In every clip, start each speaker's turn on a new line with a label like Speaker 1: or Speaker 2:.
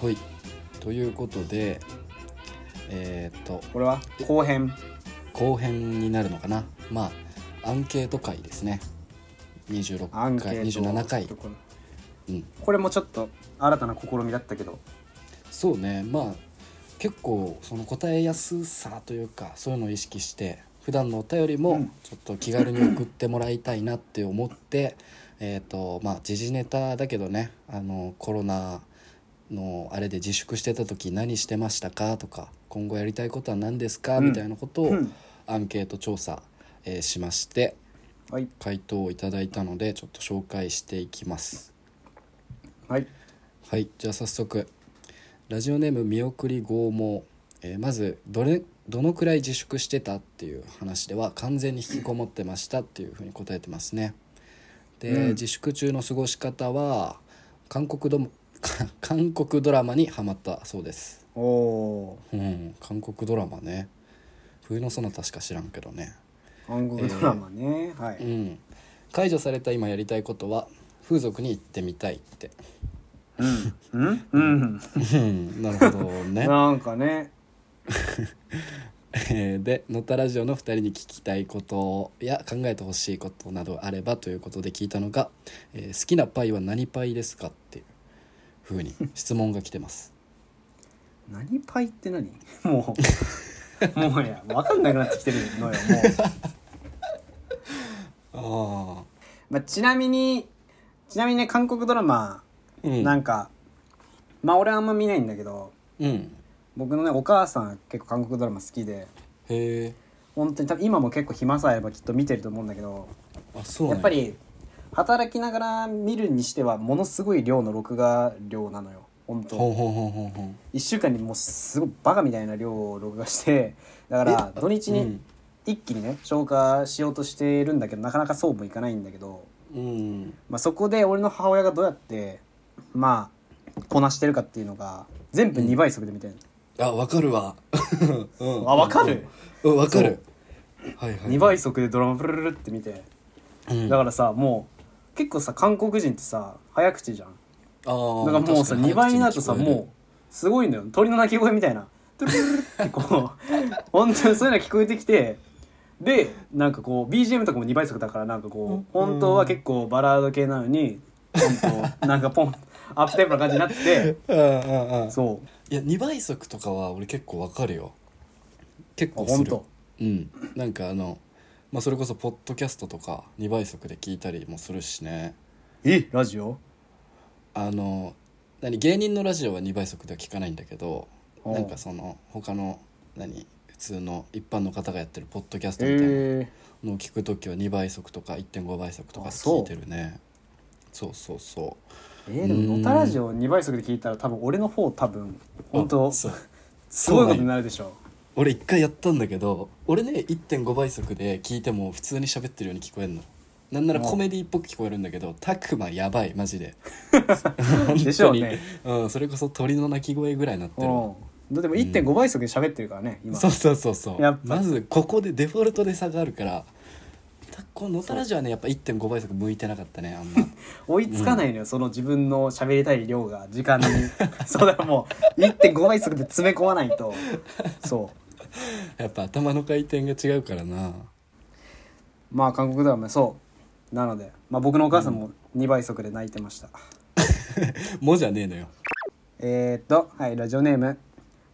Speaker 1: はいということでえーっと
Speaker 2: これは後編
Speaker 1: 後編になるのかなまあアンケート会ですね26
Speaker 2: アンケ
Speaker 1: 回
Speaker 2: ート
Speaker 1: 27回
Speaker 2: ところ
Speaker 1: うん
Speaker 2: これもちょっと新たな試みだったけど
Speaker 1: そうねまあ結構その答えやすさというかそういうのを意識して普段のお便り
Speaker 2: う
Speaker 1: も
Speaker 2: ん
Speaker 1: ちょっと気軽に送ってもらいたいなって思 って、えっとまあ時事ネタだけどねあのコロナのあれで自粛してた時何してましたかとか今後やりたいことは何ですか、
Speaker 2: うん
Speaker 1: みたいなこと
Speaker 2: う
Speaker 1: を
Speaker 2: ん
Speaker 1: アンケート調査、えーしまして
Speaker 2: はい
Speaker 1: 回答をいただいたのでちょっと紹介していきます。
Speaker 2: はい
Speaker 1: はいじゃあ早速ラジオネーム見送り剛毛、えーまずどれどのくらい自粛してたっていう話では完全に引きこもってましたっていうふうに答えてますねで、
Speaker 2: うん
Speaker 1: 自粛中の過ごし方は韓国ド 韓国ドラマにハマったそうです
Speaker 2: おお
Speaker 1: うん韓国ドラマね冬のそなたしか知らんけどね
Speaker 2: ー韓国ドラマね、は
Speaker 1: う
Speaker 2: い
Speaker 1: ん解除された今やりたいことは風俗に行ってみたいって
Speaker 2: うんうん
Speaker 1: うんなるほどね
Speaker 2: なんかね
Speaker 1: えーで「のたラジオ」の2人に聞きたいことや考えてほしいことなどあればということで聞いたのが「えー好きなパイは何パイですか?」っていうふうに質問が来てます。
Speaker 2: 何パイって何も うもうや分かんなくなってきてるのよもう、
Speaker 1: あ
Speaker 2: まあ、ちなみにちなみにね韓国ドラマ
Speaker 1: うん
Speaker 2: なんか、まあ俺あんま見ないんだけど
Speaker 1: うん
Speaker 2: 僕のねお母さん結構韓国ドラマ好きで
Speaker 1: へえ
Speaker 2: 本当に多分今も結構暇さえあればきっと見てると思うんだけど
Speaker 1: あそう
Speaker 2: や
Speaker 1: なん
Speaker 2: っぱり働きながら見るにしてはものすごい量の録画量なのよ本
Speaker 1: ほ
Speaker 2: 当
Speaker 1: んほんほんほんほん
Speaker 2: 1週間にもうすごいバカみたいな量を録画してだから土日
Speaker 1: う
Speaker 2: に
Speaker 1: ん
Speaker 2: 一気にね消化しようとしてるんだけどなかなかそうもいかないんだけど、
Speaker 1: うん
Speaker 2: まあ、そこで俺の母親がどうやってまあこなしてるかっていうのが全部2倍速で見てる、
Speaker 1: あわかるわ、 うん、
Speaker 2: あわかる、
Speaker 1: うんわかるはいはい
Speaker 2: 2倍速でドラマブルルルって見て
Speaker 1: うん
Speaker 2: だからさもう結構さ韓国人ってさ早口じゃん
Speaker 1: あー
Speaker 2: だからもうさ
Speaker 1: 確か
Speaker 2: 2倍になるとさ
Speaker 1: 早口聞こえ
Speaker 2: もうすごいのよ鳥の鳴き声みたいなトゥルルルルってこう 本当にそういうのが聞こえてきてでなんかこう BGM とかも2倍速だからなんかこう本当は結構バラード系なのにポンとなんかポンアップテンポな感じになってて
Speaker 1: うんうんうん
Speaker 2: そう
Speaker 1: いや2倍速とかは俺結構わかるよ結
Speaker 2: あ
Speaker 1: 構す
Speaker 2: 本
Speaker 1: る
Speaker 2: 当
Speaker 1: うんなんかあの、まあ、それこそポッドキャストとか2倍速で聞いたりもするしね
Speaker 2: えラジオ
Speaker 1: あの何芸人のラジオは2倍速では聞かないんだけど
Speaker 2: おう
Speaker 1: なんかその他の何普通の一般の方がやってるポッドキャストみたいな
Speaker 2: え
Speaker 1: のを聞く時は2倍速とか1.5倍速とか
Speaker 2: あそう
Speaker 1: 聞いてるねそうそうそう
Speaker 2: ー、えー、でも「のたラジオ」2倍速で聞いたら多分俺の方多分本
Speaker 1: あ
Speaker 2: 当
Speaker 1: そう
Speaker 2: すごいことになるでしょ
Speaker 1: 俺一回やったんだけど俺ね1.5倍速で聞いても普通に喋ってるように聞こえるのなんならコメディっぽく聞こえるんだけどたくまやばいマジで本
Speaker 2: でしょ
Speaker 1: 当
Speaker 2: う
Speaker 1: に
Speaker 2: ね
Speaker 1: うん、それこそ鳥の鳴き声ぐらいなってるわ
Speaker 2: うん、でも1.5倍速で喋ってるからね、今
Speaker 1: そうそうそうそう
Speaker 2: やっぱ
Speaker 1: まずここでデフォルトで差があるからたこのたらじはねやっぱ1.5倍速向いてなかったねあん ま
Speaker 2: 追いつかないのよ、その自分の喋りたい量が時間に そうだからもう1.5倍速で詰め込まないとそう
Speaker 1: やっぱ頭の回転が違うからな
Speaker 2: まあ韓国ドラマそうなので、まあ、僕のお母さんも2倍速で泣いてました、
Speaker 1: 「も」じゃねえのよ
Speaker 2: えー、っとはいラジオネーム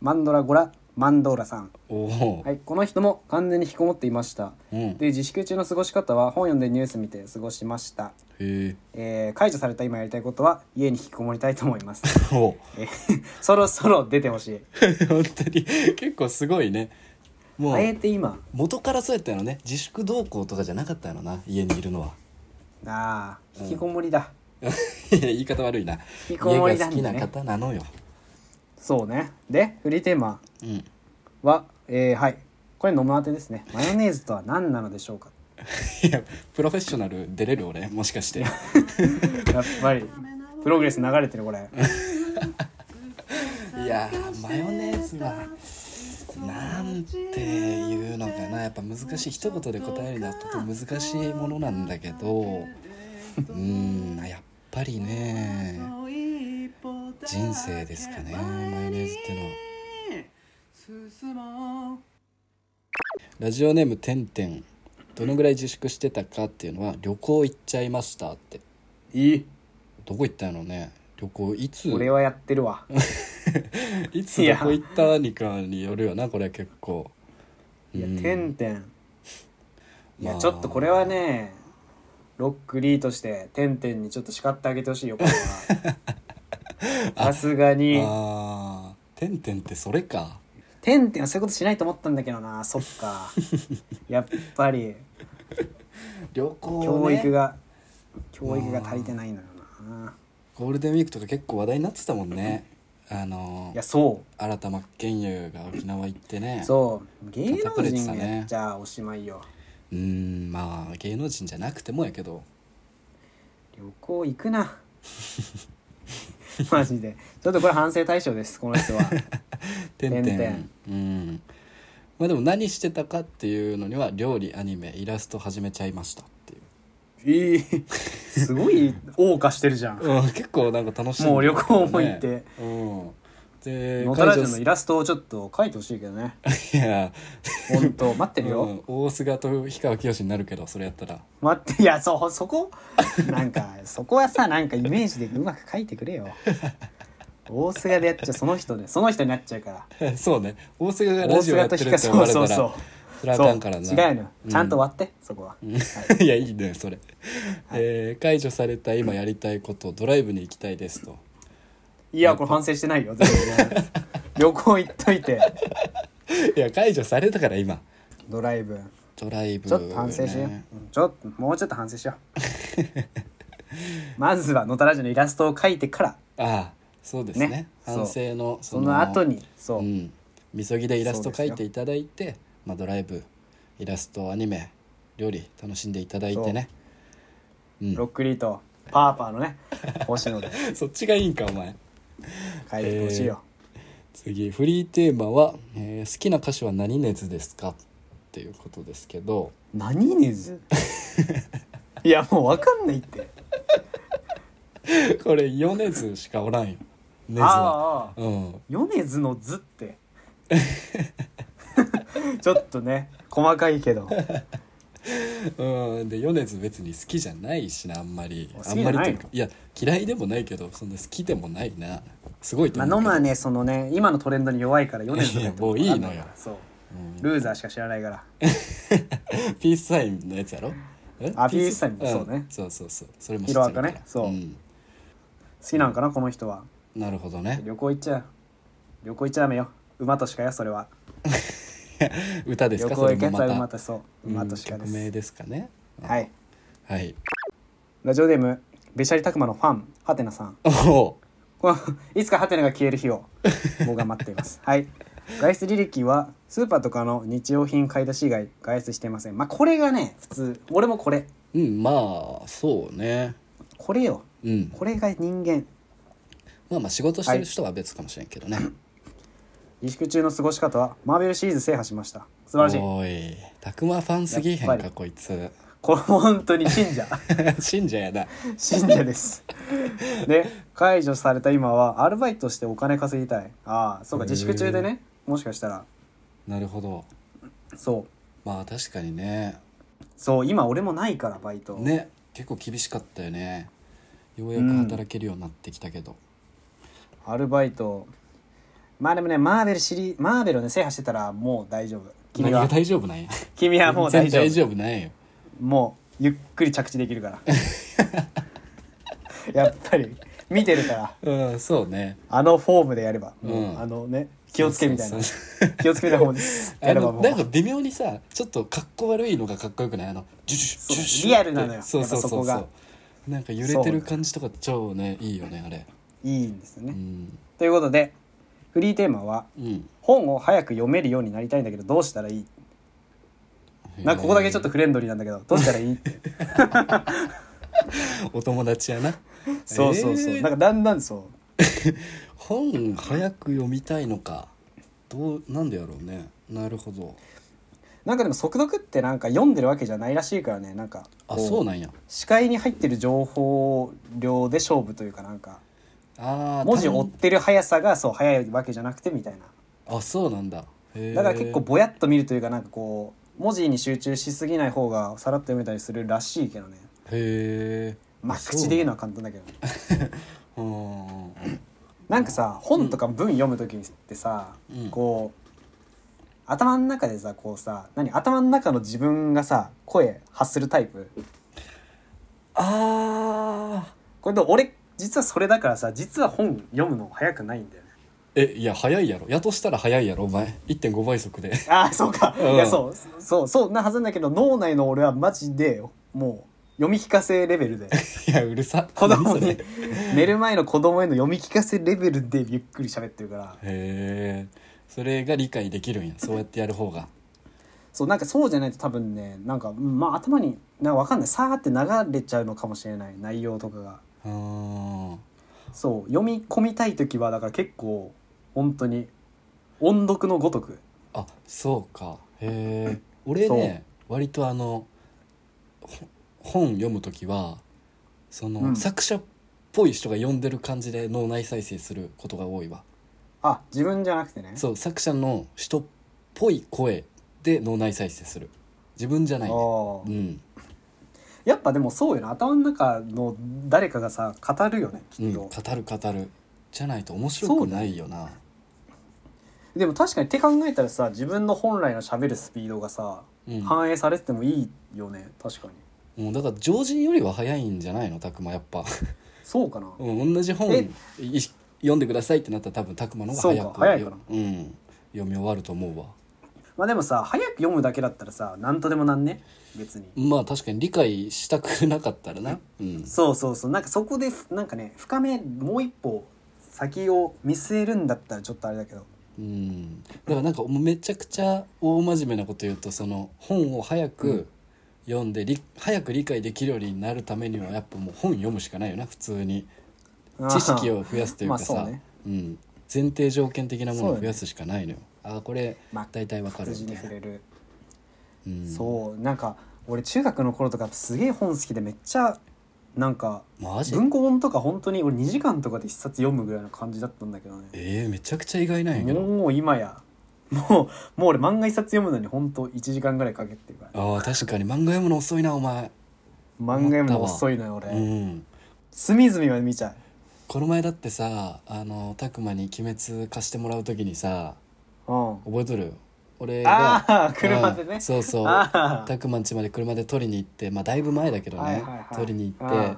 Speaker 2: マンドラゴラマンドーラさん、
Speaker 1: おお、
Speaker 2: はい、この人も完全に引きこもっていました
Speaker 1: うんへ
Speaker 2: で自粛中の過ごし方は本読んでニュース見て過ごしました、
Speaker 1: え
Speaker 2: えー解除された今やりたいことは家に引きこもりたいと思います
Speaker 1: おう
Speaker 2: え そろそろ出てほしい
Speaker 1: 本当に結構すごいねもう
Speaker 2: あえて今
Speaker 1: 元からそうやったのね自粛動向とかじゃなかったのな家にいるのは
Speaker 2: ああ引きこもりだ、
Speaker 1: いや言い方悪いな
Speaker 2: 引きこもり
Speaker 1: 家が
Speaker 2: な
Speaker 1: 好
Speaker 2: んだね
Speaker 1: きな方なのよ、
Speaker 2: そうねでフリーテーマ
Speaker 1: うん、
Speaker 2: はえーはいこれ飲むあてですねマヨネーズとは何なのでしょうか
Speaker 1: いやプロフェッショナル出れる俺もしかして
Speaker 2: やっぱりプログレス流れてるこれ
Speaker 1: いやーマヨネーズはなんていうのかなやっぱ難しい一言で答えるのはとても難しいものなんだけどうーんやっぱりね人生ですかねマヨネーズってのは
Speaker 3: 進もう
Speaker 1: ラジオネームてんてんどのぐらい自粛してたかっていうのは旅行行っちゃいましたって
Speaker 2: いい
Speaker 1: どこ行ったのね旅行いつ
Speaker 2: 俺はやってるわ
Speaker 1: いつどこ行ったにかによるよなこれ結構
Speaker 2: いや
Speaker 1: うん
Speaker 2: てんてんい
Speaker 1: ま
Speaker 2: や
Speaker 1: あ
Speaker 2: ちょっとこれはねロックリーとしててんてんにちょっと叱ってあげてほしいよこれは さすがに
Speaker 1: あーてんてんってそれか
Speaker 2: てんてんはそういうことしないと思ったんだけどなそっ かやっぱり
Speaker 1: 旅行、ね、
Speaker 2: 教育が、教育が足りてないのよな
Speaker 1: ゴールデンウィークとか結構話題になってたもんねあの
Speaker 2: いやそ
Speaker 1: 新田真剣佑が沖縄行ってね
Speaker 2: うそう芸
Speaker 1: 叩か
Speaker 2: 能
Speaker 1: れてた
Speaker 2: 人
Speaker 1: ね
Speaker 2: がやっちゃおしまいよ、
Speaker 1: うーんまあ芸能人じゃなくてもやけど
Speaker 2: 旅行行くな マジでちょっとこれ反省対象ですこの人は
Speaker 1: てんて
Speaker 2: てんて
Speaker 1: ん
Speaker 2: ん
Speaker 1: うんまあでも何してたかっていうのには料理アニメイラスト始めちゃいましたっていう
Speaker 2: いいすごい 謳歌してるじゃん
Speaker 1: うん、結構なんか楽しい、
Speaker 2: もう旅行も行って、
Speaker 1: うんで
Speaker 2: 野田ラジ
Speaker 1: 会
Speaker 2: オ
Speaker 1: 場
Speaker 2: のイラストをちょっと書いてほしいけどね
Speaker 1: いや、
Speaker 2: 本当待って
Speaker 1: う
Speaker 2: るよ、
Speaker 1: ん、大須賀と氷川きよしになるけどそれやったら
Speaker 2: 待っていやそうそこなんかそこはさなんかイメージでうまく書いてくれよ大須賀でやっちゃうその人ねその人になっちゃうから
Speaker 1: そうね大須賀
Speaker 2: 大
Speaker 1: がラジ
Speaker 2: 須
Speaker 1: オや
Speaker 2: 賀
Speaker 1: っ
Speaker 2: と
Speaker 1: てる
Speaker 2: ひ
Speaker 1: って
Speaker 2: か
Speaker 1: 言
Speaker 2: そ
Speaker 1: わ
Speaker 2: う
Speaker 1: れた
Speaker 2: そう
Speaker 1: ら
Speaker 2: そう
Speaker 1: フラタンからな
Speaker 2: そう違うのよ
Speaker 1: うん
Speaker 2: ちゃんと割って、そこは、はい
Speaker 1: いやいいねそれ、えー解除された今やりたいことドライブに行きたいですと
Speaker 2: いやこれ反省してないよ全然旅行行っといて
Speaker 1: いや解除されたから今
Speaker 2: ドライブ
Speaker 1: ドライブ、ね、
Speaker 2: ちょっと反省しよう、うんちょっともうちょっと反省しよう まずは野田ラジオのイラストを描いてから
Speaker 1: ああそうですね
Speaker 2: ねそう
Speaker 1: 反省のそ
Speaker 2: その後にそうう、
Speaker 1: んみそぎでイラスト
Speaker 2: そ
Speaker 1: 描
Speaker 2: う
Speaker 1: い
Speaker 2: です
Speaker 1: て
Speaker 2: よ
Speaker 1: いただいて、まあ、ドライブイラストアニメ料理楽しんでいただいてねうん
Speaker 2: ロックリーとパーパーのね星野で
Speaker 1: そっちがいいんかお前
Speaker 2: 書いてほしいよ、
Speaker 1: 次フリーテーマは、えー好きな歌手は何熱ですか?」っていうことですけど
Speaker 2: 何ねず いやもう分かんないって
Speaker 1: これ米津しかおらんよ熱は
Speaker 2: ああ
Speaker 1: うん
Speaker 2: 米津の「図って ちょっとね細かいけど
Speaker 1: うん、で米津別に好きじゃないしなあんまり
Speaker 2: 好きじ
Speaker 1: あ
Speaker 2: ゃ
Speaker 1: ん
Speaker 2: ない
Speaker 1: まり
Speaker 2: の
Speaker 1: というかいや嫌いでもないけどそんな好きでもないなすごいと
Speaker 2: まあ
Speaker 1: 思
Speaker 2: ノ
Speaker 1: うけ
Speaker 2: ム
Speaker 1: ど、
Speaker 2: はねそのね今のトレンドに弱いから米津
Speaker 1: いや
Speaker 2: の
Speaker 1: もういいのよ
Speaker 2: そう
Speaker 1: うん
Speaker 2: ルーザーしか知らないから
Speaker 1: ピースサインのやつやろえ
Speaker 2: あピースサインそうね
Speaker 1: んそうそうそうそれも
Speaker 2: ヒロアカね
Speaker 1: 知ってるから
Speaker 2: そうん好きなんかなこの人は
Speaker 1: なるほどね
Speaker 2: 旅行行っちゃう旅行行っちゃダメよ馬としかよそれは
Speaker 1: 歌です
Speaker 2: 旅
Speaker 1: か
Speaker 2: 行
Speaker 1: それ
Speaker 2: 行け
Speaker 1: も
Speaker 2: た
Speaker 1: ま
Speaker 2: ら馬
Speaker 1: た
Speaker 2: とそう
Speaker 1: うん
Speaker 2: 馬としかで
Speaker 1: 曲名
Speaker 2: す
Speaker 1: ですかね
Speaker 2: はい
Speaker 1: はい
Speaker 2: ラジオネームべしゃりたくまのファンハテナさん
Speaker 1: おお
Speaker 2: このいつかハテナが消える日を僕は待って いますはい外出履歴はスーパーとかの日用品買い出し以外外出していませんまあこれがね普通俺もこれ
Speaker 1: うんまあそうね
Speaker 2: これよ
Speaker 1: うん
Speaker 2: これが人間
Speaker 1: まあまあ仕事してる人は別かもしれんけどね、
Speaker 2: 自粛中の過ごし方はマーベルシリーズ制覇しました素晴らしい
Speaker 1: おーいたくまファンすぎへん
Speaker 2: やっぱ
Speaker 1: か
Speaker 2: り
Speaker 1: こいつ
Speaker 2: これ本当に信者
Speaker 1: 信者やな
Speaker 2: 信者ですで解除された今はアルバイトしてお金稼ぎたいああそうか自粛中でねもしかしたら
Speaker 1: なるほど
Speaker 2: そう
Speaker 1: まあ確かにね
Speaker 2: そう今俺もないからバイト、
Speaker 1: ね結構厳しかったよねようやく働けるようになってきたけど、
Speaker 2: アルバイトまあでもねマーベル知りマーベルをね制覇してたらもう大丈夫君
Speaker 1: 何が
Speaker 2: は
Speaker 1: 大丈夫なんや
Speaker 2: 君はもう大
Speaker 1: 全然
Speaker 2: 丈夫
Speaker 1: 大丈夫なんやよ
Speaker 2: もうゆっくり着地できるから やっぱり見てるから
Speaker 1: うんそうね
Speaker 2: あのフォームでやれば、もう
Speaker 1: うん
Speaker 2: あのね気をつけみたい
Speaker 1: そ
Speaker 2: な
Speaker 1: うそうそう
Speaker 2: 気をつけみたいな方です
Speaker 1: あ
Speaker 2: やれば
Speaker 1: の
Speaker 2: も
Speaker 1: なんか
Speaker 2: う
Speaker 1: 微妙にさちょっとかっこ悪いのがかっこよくないあのジュジュジュジュ
Speaker 2: そうリアルなのよ
Speaker 1: ってそうそうそうそう
Speaker 2: やっぱそこ
Speaker 1: なんか揺れてる感じとか超ねいいよねあれ
Speaker 2: いいんですよね、
Speaker 1: うん
Speaker 2: ということでフリーテーマは
Speaker 1: うん
Speaker 2: 本を早く読めるようになりたいんだけどどうしたらいいなんかここだけちょっとフレンドリーなんだけどどうした らいいって
Speaker 1: お友達やな
Speaker 2: そうそうそう、
Speaker 1: えー
Speaker 2: なんかだんだんそう
Speaker 1: 本早く読みたいのかどうなんでやろうねなるほど
Speaker 2: なんかでも速読ってなんか読んでるわけじゃないらしいからねなんか
Speaker 1: あ
Speaker 2: こう
Speaker 1: そうなんや
Speaker 2: 視界に入ってる情報量で勝負というかなんか
Speaker 1: ああ
Speaker 2: 文字を追ってる速さがそう速いわけじゃなくてみたいな
Speaker 1: あそうなんだへー
Speaker 2: だから結構ぼやっと見るというかなんかこう文字に集中しすぎない方がさらっと読めたりするらしいけどね
Speaker 1: へえ
Speaker 2: まあ口で言うのは簡単だけどね
Speaker 1: うん
Speaker 2: なんかさ本とか文読む時ってさ、
Speaker 1: うん
Speaker 2: こう頭の中でさこうさ何頭の中の自分がさ声発するタイプ
Speaker 1: ああ
Speaker 2: これで俺実はそれだからさ実は本読むの早くないんだよね
Speaker 1: えいや早いやろやとしたら早いやろお前1.5倍速で
Speaker 2: ああそうか、
Speaker 1: うん
Speaker 2: いやそうそうそうなはずなんだけど脳内の俺はマジでもう読み聞かせレベ ルで
Speaker 1: いやうるさ
Speaker 2: 子供
Speaker 1: 何それ
Speaker 2: に
Speaker 1: へ
Speaker 2: 寝る前の子供への読み聞かせレベルでゆっくり喋ってるから
Speaker 1: えそれが理解できるんやそうやってやる方が
Speaker 2: そうなんかそうじゃないと多分ねなんかうんまあ頭になんかわかんないさーって流れちゃうのかもしれない内容とかが
Speaker 1: あー
Speaker 2: そう読み込みたい時はだから結構本当に音読のごとく
Speaker 1: あそうかへえ俺ね割とあのほ本読む時はその、
Speaker 2: うん
Speaker 1: 作者っぽい人が読んでる感じで脳内再生することが多いわ
Speaker 2: あ自分じゃなくてね
Speaker 1: そう作者の人っぽい声で脳内再生する自分じゃない、ね、
Speaker 2: あ
Speaker 1: う
Speaker 2: ー
Speaker 1: ん、
Speaker 2: やっぱでもそうよな頭の中の誰かがさ語るよね
Speaker 1: う
Speaker 2: き
Speaker 1: ん、
Speaker 2: っ
Speaker 1: 語
Speaker 2: と、
Speaker 1: る語るじゃないと面白くないよな
Speaker 2: でも確かにって考えたらさ自分の本来の喋るスピードがさ、
Speaker 1: う,、ん、
Speaker 2: 反映されててもいいよね確かに
Speaker 1: もうだから常人よりは早いんじゃないの拓磨やっぱ、
Speaker 2: そうかな、
Speaker 1: うん、同じ本
Speaker 2: え
Speaker 1: い読んでくださいってなったら多分拓磨の方が
Speaker 2: そ
Speaker 1: 早く
Speaker 2: うか早いかな
Speaker 1: うん、読み終わると思うわ
Speaker 2: まあでもさ早く読むだけだったらさ何とでもなんね別に、
Speaker 1: まあ確かに理解したくなかったらな、うん、
Speaker 2: そうそうそうなんかそこでなんかね深めもう一歩先を見据えるんだったらちょっとあれだけど
Speaker 1: うん、だからなんかもうめちゃくちゃ大真面目なこと言うとその本を早く読んで、り早く理解できるようになるためにはやっぱもう本読むしかないよな普通に知識を増やすというかさ、
Speaker 2: まあそうね
Speaker 1: うん、前提条件的なものを増やすしかないのよ、ああこれ
Speaker 2: まあ
Speaker 1: 大体わかる
Speaker 2: 活字
Speaker 1: みた
Speaker 2: に
Speaker 1: いな
Speaker 2: 触、れる、
Speaker 1: うん、
Speaker 2: そうなんか俺中学の頃とかすげえ本好きでめっちゃなんか
Speaker 1: マジ
Speaker 2: 文庫本とか本当に俺2時間とかで一冊読むぐらいの感じだったんだけどね
Speaker 1: えー、めちゃくちゃ意外なんやけど、
Speaker 2: もう今やもうもう俺漫画一冊読むのに本当1時間ぐらいかけてるから
Speaker 1: ああ確かに漫画読むの遅いなお前、
Speaker 2: 漫画読むの遅いのよ俺、
Speaker 1: うん
Speaker 2: 隅々まで見ちゃう
Speaker 1: この前だってさあの拓磨に「鬼滅」貸してもらう時にさ
Speaker 2: うん
Speaker 1: 覚えとる俺が
Speaker 2: ああ車で
Speaker 1: う
Speaker 2: ね
Speaker 1: んそうそう
Speaker 2: あー
Speaker 1: 拓磨ん家まで車で取りに行ってまあだいぶ前だけどね、
Speaker 2: はいはいはい
Speaker 1: 取りに行
Speaker 2: う
Speaker 1: って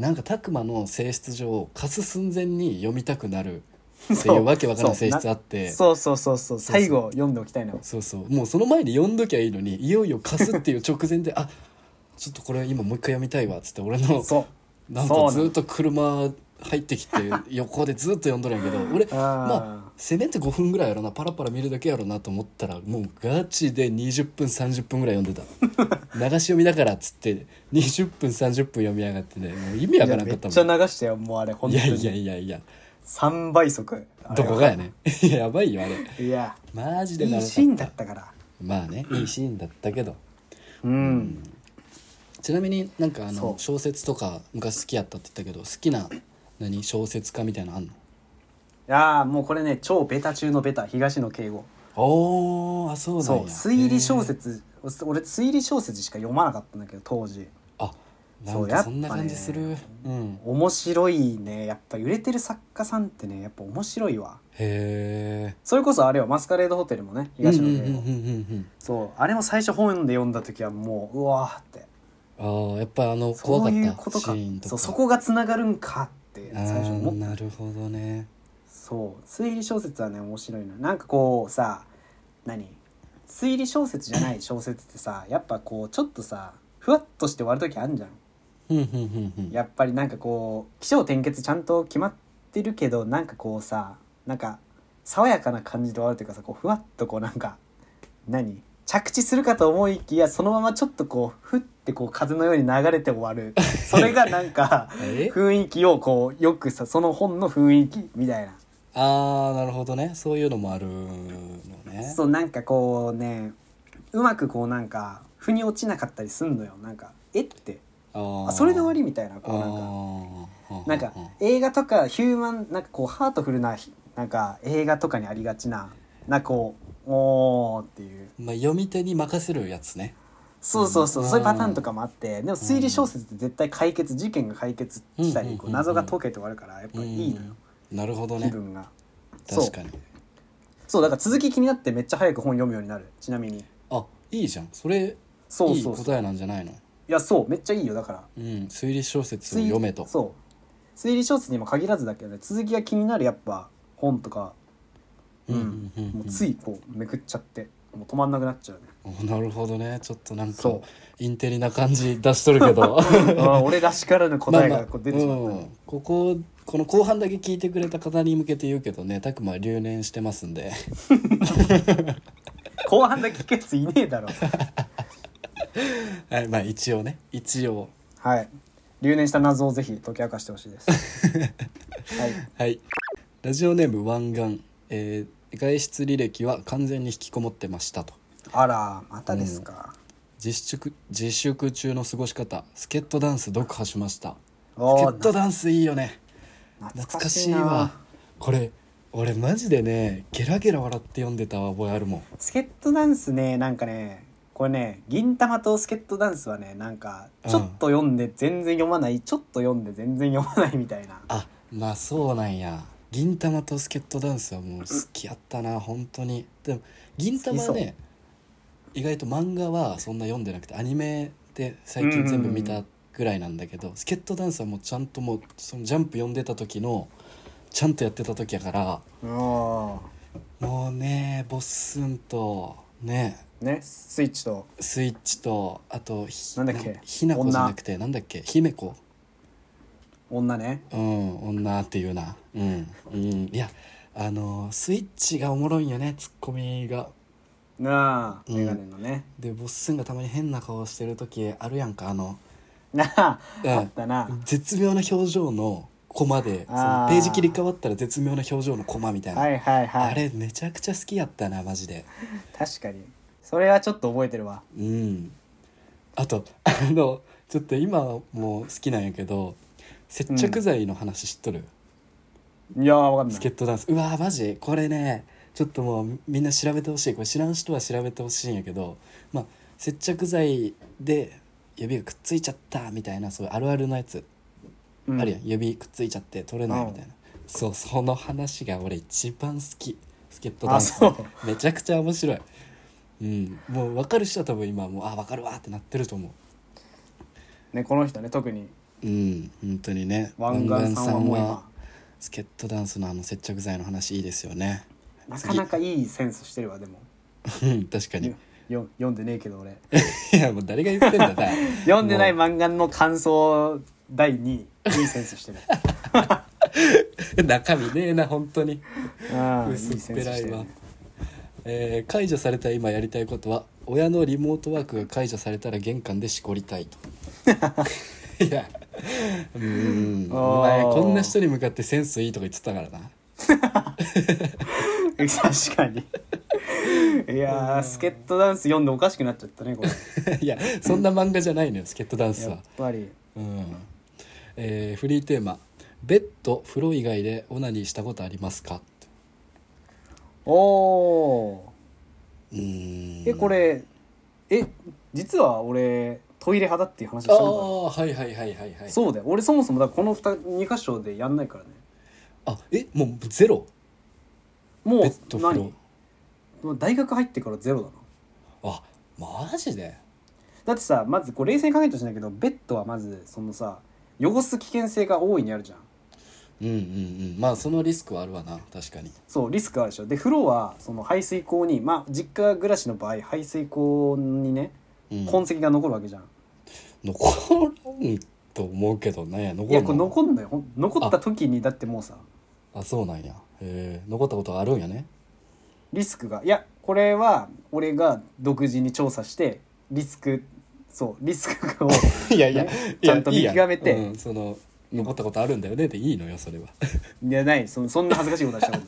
Speaker 1: でなんか拓磨の性質上貸す寸前に読みたくなる ってい
Speaker 2: そう
Speaker 1: うわけわからん
Speaker 2: そう
Speaker 1: 性質
Speaker 2: な
Speaker 1: あってそう
Speaker 2: そうそうそうそう最後読んでおきたいの
Speaker 1: そうもうその前に読んどきゃいいのにいよいよ貸すっていう直前であちょっとこれ今もう一回読みたいわっつって俺の
Speaker 2: そう
Speaker 1: なん
Speaker 2: そうな
Speaker 1: か
Speaker 2: の
Speaker 1: ずっと車入ってきて横でずっと読んどるんやけど俺 まあせめて5分ぐらいやろなパラパラ見るだけやろなと思ったらもうガチで20分30分ぐらい読ん でた流し読みだからっつって20分30分読みやがってねもう意味わか
Speaker 2: いや
Speaker 1: らな
Speaker 2: め
Speaker 1: かっ
Speaker 2: ったちゃ
Speaker 1: もん
Speaker 2: 流したよもうあれ本
Speaker 1: い
Speaker 2: 当
Speaker 1: やいや
Speaker 2: に
Speaker 1: いやいや
Speaker 2: 3倍速あれ
Speaker 1: ど
Speaker 2: は
Speaker 1: こがやね いややばいよあれ
Speaker 2: いや
Speaker 1: マジで
Speaker 2: い
Speaker 1: 長
Speaker 2: い
Speaker 1: かった
Speaker 2: シーンだったから
Speaker 1: まあねいいシーンだったけど
Speaker 2: うん
Speaker 1: ちなみになんかあ
Speaker 2: そ
Speaker 1: の
Speaker 2: う
Speaker 1: 小説とか昔好きやったって言ったけど好きな何小説家みたいなのあんの
Speaker 2: いやーもうこれね超ベタ中のベタ東野敬吾
Speaker 1: おーあそうなん
Speaker 2: そう
Speaker 1: や
Speaker 2: 推理小説俺推理小説しか読まなかったんだけど当時
Speaker 1: あな
Speaker 2: そ
Speaker 1: ん
Speaker 2: うや
Speaker 1: か
Speaker 2: っ
Speaker 1: そ
Speaker 2: ぱ
Speaker 1: んな感じ
Speaker 2: ね
Speaker 1: するうん
Speaker 2: 面白いねやっぱ売れてる作家さんってねやっぱ面白いわ
Speaker 1: へえ
Speaker 2: それこそあれはマスカレードホテルもね東野
Speaker 1: うん
Speaker 2: 敬
Speaker 1: うんう
Speaker 2: 吾
Speaker 1: んうん
Speaker 2: そうあれも最初本で読んだ時はもううわーって
Speaker 1: うんああやっぱあの怖
Speaker 2: そ
Speaker 1: か
Speaker 2: う
Speaker 1: った
Speaker 2: いうこと
Speaker 1: シ
Speaker 2: か
Speaker 1: ーンとか
Speaker 2: そうそこがつながるんかって
Speaker 1: ああ
Speaker 2: 最初思った
Speaker 1: なるほどね
Speaker 2: そう推理小説はね面白いななんかこうさ何推理小説じゃない小説ってさやっぱこうちょっとさふわっとして終わる時あんじゃん
Speaker 1: うんうんうんうん
Speaker 2: やっぱりなんかこう起承転結ちゃんと決まってるけどなんかこうさなんか爽やかな感じで終わるというかさこうふわっとこうなんか何着地するかと思いきやそのままちょっとこうふってこう風のように流れて終わるそれがなんか
Speaker 1: え
Speaker 2: 雰囲気をこうよくさその本の雰囲気みたいな
Speaker 1: ああなるほどねそういうのもあるのね
Speaker 2: そうなんかこうねうまくこうなんか腑に落ちなかったりすんのよなんかえって
Speaker 1: あ
Speaker 2: あそれで終わり
Speaker 1: み
Speaker 2: みたいなこ
Speaker 1: あ
Speaker 2: うなんかなんか
Speaker 1: うんうん
Speaker 2: 映画とかヒューマンなんかこうハートフルななんか映画とかにありがちななんかこうおーっていう
Speaker 1: まあ、読み手に任せるやつね
Speaker 2: そうそうそう、
Speaker 1: うん
Speaker 2: そういうパターンとかもあってでも推理小説って絶対解決事件が解決したり、
Speaker 1: うん
Speaker 2: こう謎が解けて終わるからやっぱいいのよ、
Speaker 1: なるほど
Speaker 2: 気
Speaker 1: ね
Speaker 2: 分がそう
Speaker 1: 確かに
Speaker 2: そうだから続き気になってめっちゃ早く本読むようになるちなみに
Speaker 1: あいいじゃんそれ
Speaker 2: そう
Speaker 1: いい
Speaker 2: そうそう
Speaker 1: 答えなんじゃないの
Speaker 2: いやそうめっちゃいいよだから
Speaker 1: うん推理小説を読めと
Speaker 2: そう推理小説にも限らずだけどね続きが気になるやっぱ本とか
Speaker 1: うんうんうん
Speaker 2: もうついこうめくっちゃってもう止まんなくなっちゃうね
Speaker 1: おなるほどねちょっとなんか
Speaker 2: そ
Speaker 1: インテリな感じ出しとるけ ど
Speaker 2: あー俺らしからぬ答え
Speaker 1: まあま
Speaker 2: が
Speaker 1: あ
Speaker 2: こう出てしまったね、
Speaker 1: うんこここの後半だけ聞いてくれた方に向けて言うけどねたくま留年してますんで
Speaker 2: 後半だけ聞くやついねえだろ
Speaker 1: はいまあ一応ね一応
Speaker 2: はい留年した謎をぜひ解き明かしてほしいです はい
Speaker 1: はいラジオネーム湾岸、えー外出履歴は完全に引きこもってましたと
Speaker 2: あらまたですか、
Speaker 1: 自粛自粛中の過ごし方スケットダンス読破しましたスケ
Speaker 2: お
Speaker 1: ットダンスいいよね
Speaker 2: な
Speaker 1: 懐かしいわこれ俺マジでねゲラゲラ笑って読んでた覚えあるもん
Speaker 2: スケットダンスねなんかねこれね銀玉とスケットダンスはねなんか
Speaker 1: うん
Speaker 2: ちょっと読んで全然読まない、ちょっと読んで全然読まない みたいな
Speaker 1: あまあそうなんや銀玉とスケットダンスはもう好きやったな本当にでも銀玉は
Speaker 2: 好きそ
Speaker 1: ね意外と漫画はそんな読んでなくてアニメで最近全部見たぐらいなんだけど、スケットダンスはもうちゃんともうそのジャンプ読んでた時のちゃんとやってた時やから
Speaker 2: あ
Speaker 1: もうねボッスンとね
Speaker 2: ねスイッチと
Speaker 1: スイッチとあとひ
Speaker 2: なんだっけ
Speaker 1: ひなこじゃなくてなんだっけ姫子
Speaker 2: 女ね
Speaker 1: うん女っていうなうん、うん、いやあのスイッチがおもろいんよねツッコミが
Speaker 2: な
Speaker 1: う
Speaker 2: あ
Speaker 1: ん
Speaker 2: メガネのね、
Speaker 1: でボッスンがたまに変な顔してる時あるやんかあの、
Speaker 2: なあ
Speaker 1: う
Speaker 2: あ
Speaker 1: ん
Speaker 2: っ、たな、
Speaker 1: 絶妙な表情のコマでその
Speaker 2: あー
Speaker 1: ページ切り替わったら絶妙な表情のコマみたいな、
Speaker 2: はいはいはい
Speaker 1: あれめちゃくちゃ好きやったなマジで
Speaker 2: 確かにそれはちょっと覚えてるわ
Speaker 1: うんあとあのちょっと今も好きなんやけど接着剤の話知っとる、
Speaker 2: いやーわかんな
Speaker 1: スケ
Speaker 2: い
Speaker 1: ットダンスうわーマジこれねちょっともうみんな調べてほしいこれ知らん人は調べてほしいんやけど、まあ、接着剤で指がくっついちゃったみたいなそういうあるあるのやつ、
Speaker 2: うん
Speaker 1: あるやん指くっついちゃって取れないみたいな、そうその話が俺一番好きスケットダンス
Speaker 2: あそう
Speaker 1: めちゃくちゃ面白い、うん、もう分かる人は多分今もうあ分かるわーってなってると思う
Speaker 2: ねこの人ね特に
Speaker 1: うん本当にね
Speaker 2: 湾岸さんはもう今
Speaker 1: スケットダンスのあの接着剤の話いいですよね
Speaker 2: なかなかいいセンスしてるわでも
Speaker 1: うん確かに
Speaker 2: よよ読んでねえけど俺
Speaker 1: いやもう誰が言ってんだな
Speaker 2: 読んでない
Speaker 1: も
Speaker 2: 漫画の感想第2位いいセンスしてる
Speaker 1: う中身ねえな本当に
Speaker 2: ああいい
Speaker 1: 薄
Speaker 2: センス
Speaker 1: っぺら
Speaker 2: し
Speaker 1: い
Speaker 2: てる
Speaker 1: わ
Speaker 2: ね、
Speaker 1: えー解除された今やりたいことは親のリモートワークが解除されたら玄関でしこりたい といやうーんお前
Speaker 2: あー
Speaker 1: こんな人に向かってセンスいいとか言ってたからな
Speaker 2: 確かにいやースケットダンス読んでおかしくなっちゃったねこれ
Speaker 1: いやそんな漫画じゃないのよ助っ人ダンス
Speaker 2: やっ
Speaker 1: は
Speaker 2: ぱり
Speaker 1: うんえーフリーテーマ「ベッド風呂以外でオナニーしたことありますか?」
Speaker 2: おお
Speaker 1: うーん
Speaker 2: ーえこれえ実は俺トイレ派だっていう話した
Speaker 1: あ
Speaker 2: ことある
Speaker 1: あはいはいはいはいはい
Speaker 2: そうだよ俺そもそもだからこの 2, 2箇所でやんないからね
Speaker 1: あえもうゼロ
Speaker 2: も
Speaker 1: ベッド
Speaker 2: う
Speaker 1: 風呂
Speaker 2: 何もう大学入ってからゼロだな
Speaker 1: あマジで
Speaker 2: だってさまずこう冷静に考えてほしいんだけどベッドはまずそのさ汚す危険性が大いにあるじゃん
Speaker 1: うんうんうんまあそのリスクはあるわな確かに
Speaker 2: そうリスクあるでしょで風呂はその排水口にまあ実家暮らしの場合排水口にね
Speaker 1: うん
Speaker 2: 痕跡が残るわけじゃん、
Speaker 1: 残らんと思うけどね残るの
Speaker 2: いやこれ残んのよほん残った時にだってもうさ
Speaker 1: あそうなんやへえ残ったことがあるんや ね
Speaker 2: リスクがいやこれは俺が独自に調査してリスクそうリスクを
Speaker 1: いやいや
Speaker 2: ね
Speaker 1: いや
Speaker 2: ちゃんと
Speaker 1: いいや
Speaker 2: 見極めて
Speaker 1: うん、その残ったことあるんだよねでいいのよそれは
Speaker 2: いやないそんそんな恥ずかしいことはしたこ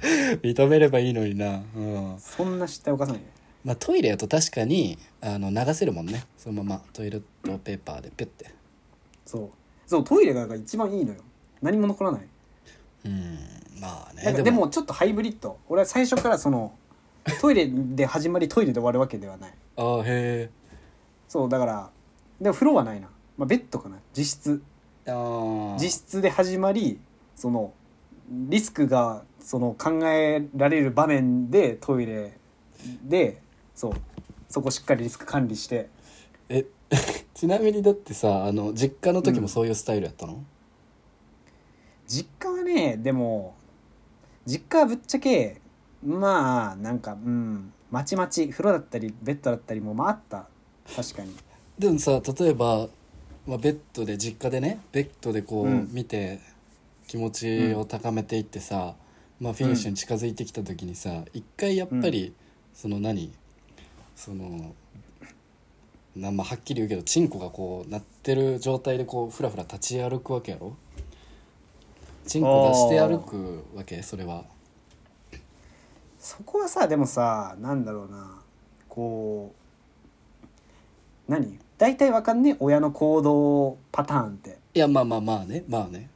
Speaker 2: とない
Speaker 1: 認めればいいのになうん
Speaker 2: そんな失態を犯さないで
Speaker 1: まあトイレやと確かにあの流せるもんねそのままトイレットペーパーでピュッて
Speaker 2: そうそうトイレが一番いいのよ何も残らない
Speaker 1: うんまあね
Speaker 2: なんかでもちょっとハイブリッド俺は最初からそのトイレで始まりトイレで終わるわけではない
Speaker 1: ああへ
Speaker 2: そうだからでも風呂はないな、まあ、ベッドかな実質
Speaker 1: えああ
Speaker 2: 実質で始まりそのリスクがその考えられる場面でトイレでそうそこしっかりリスク管理して
Speaker 1: えちなみにだってさあの実家の時もそういうスタイルやったの、
Speaker 2: 実家はねでも実家はぶっちゃけまあなんかうんまちまち風呂だったりベッドだったりもまああった確かに
Speaker 1: でもさ例えば、まあ、ベッドで実家でねベッドでこう、
Speaker 2: うん
Speaker 1: 見て気持ちを高めていってさ、まあ、フィニッシュに近づいてきた時にさ、一回やっぱり、その何そのなまあはっきり言うけどチンコがこうなってる状態でこうふらふら立ち歩くわけやろチンコ出して歩くわけそれは
Speaker 2: そこはさでもさなんだろうなこう何大体わかんねえ親の行動パターンって
Speaker 1: いやまあまあまあねまあね、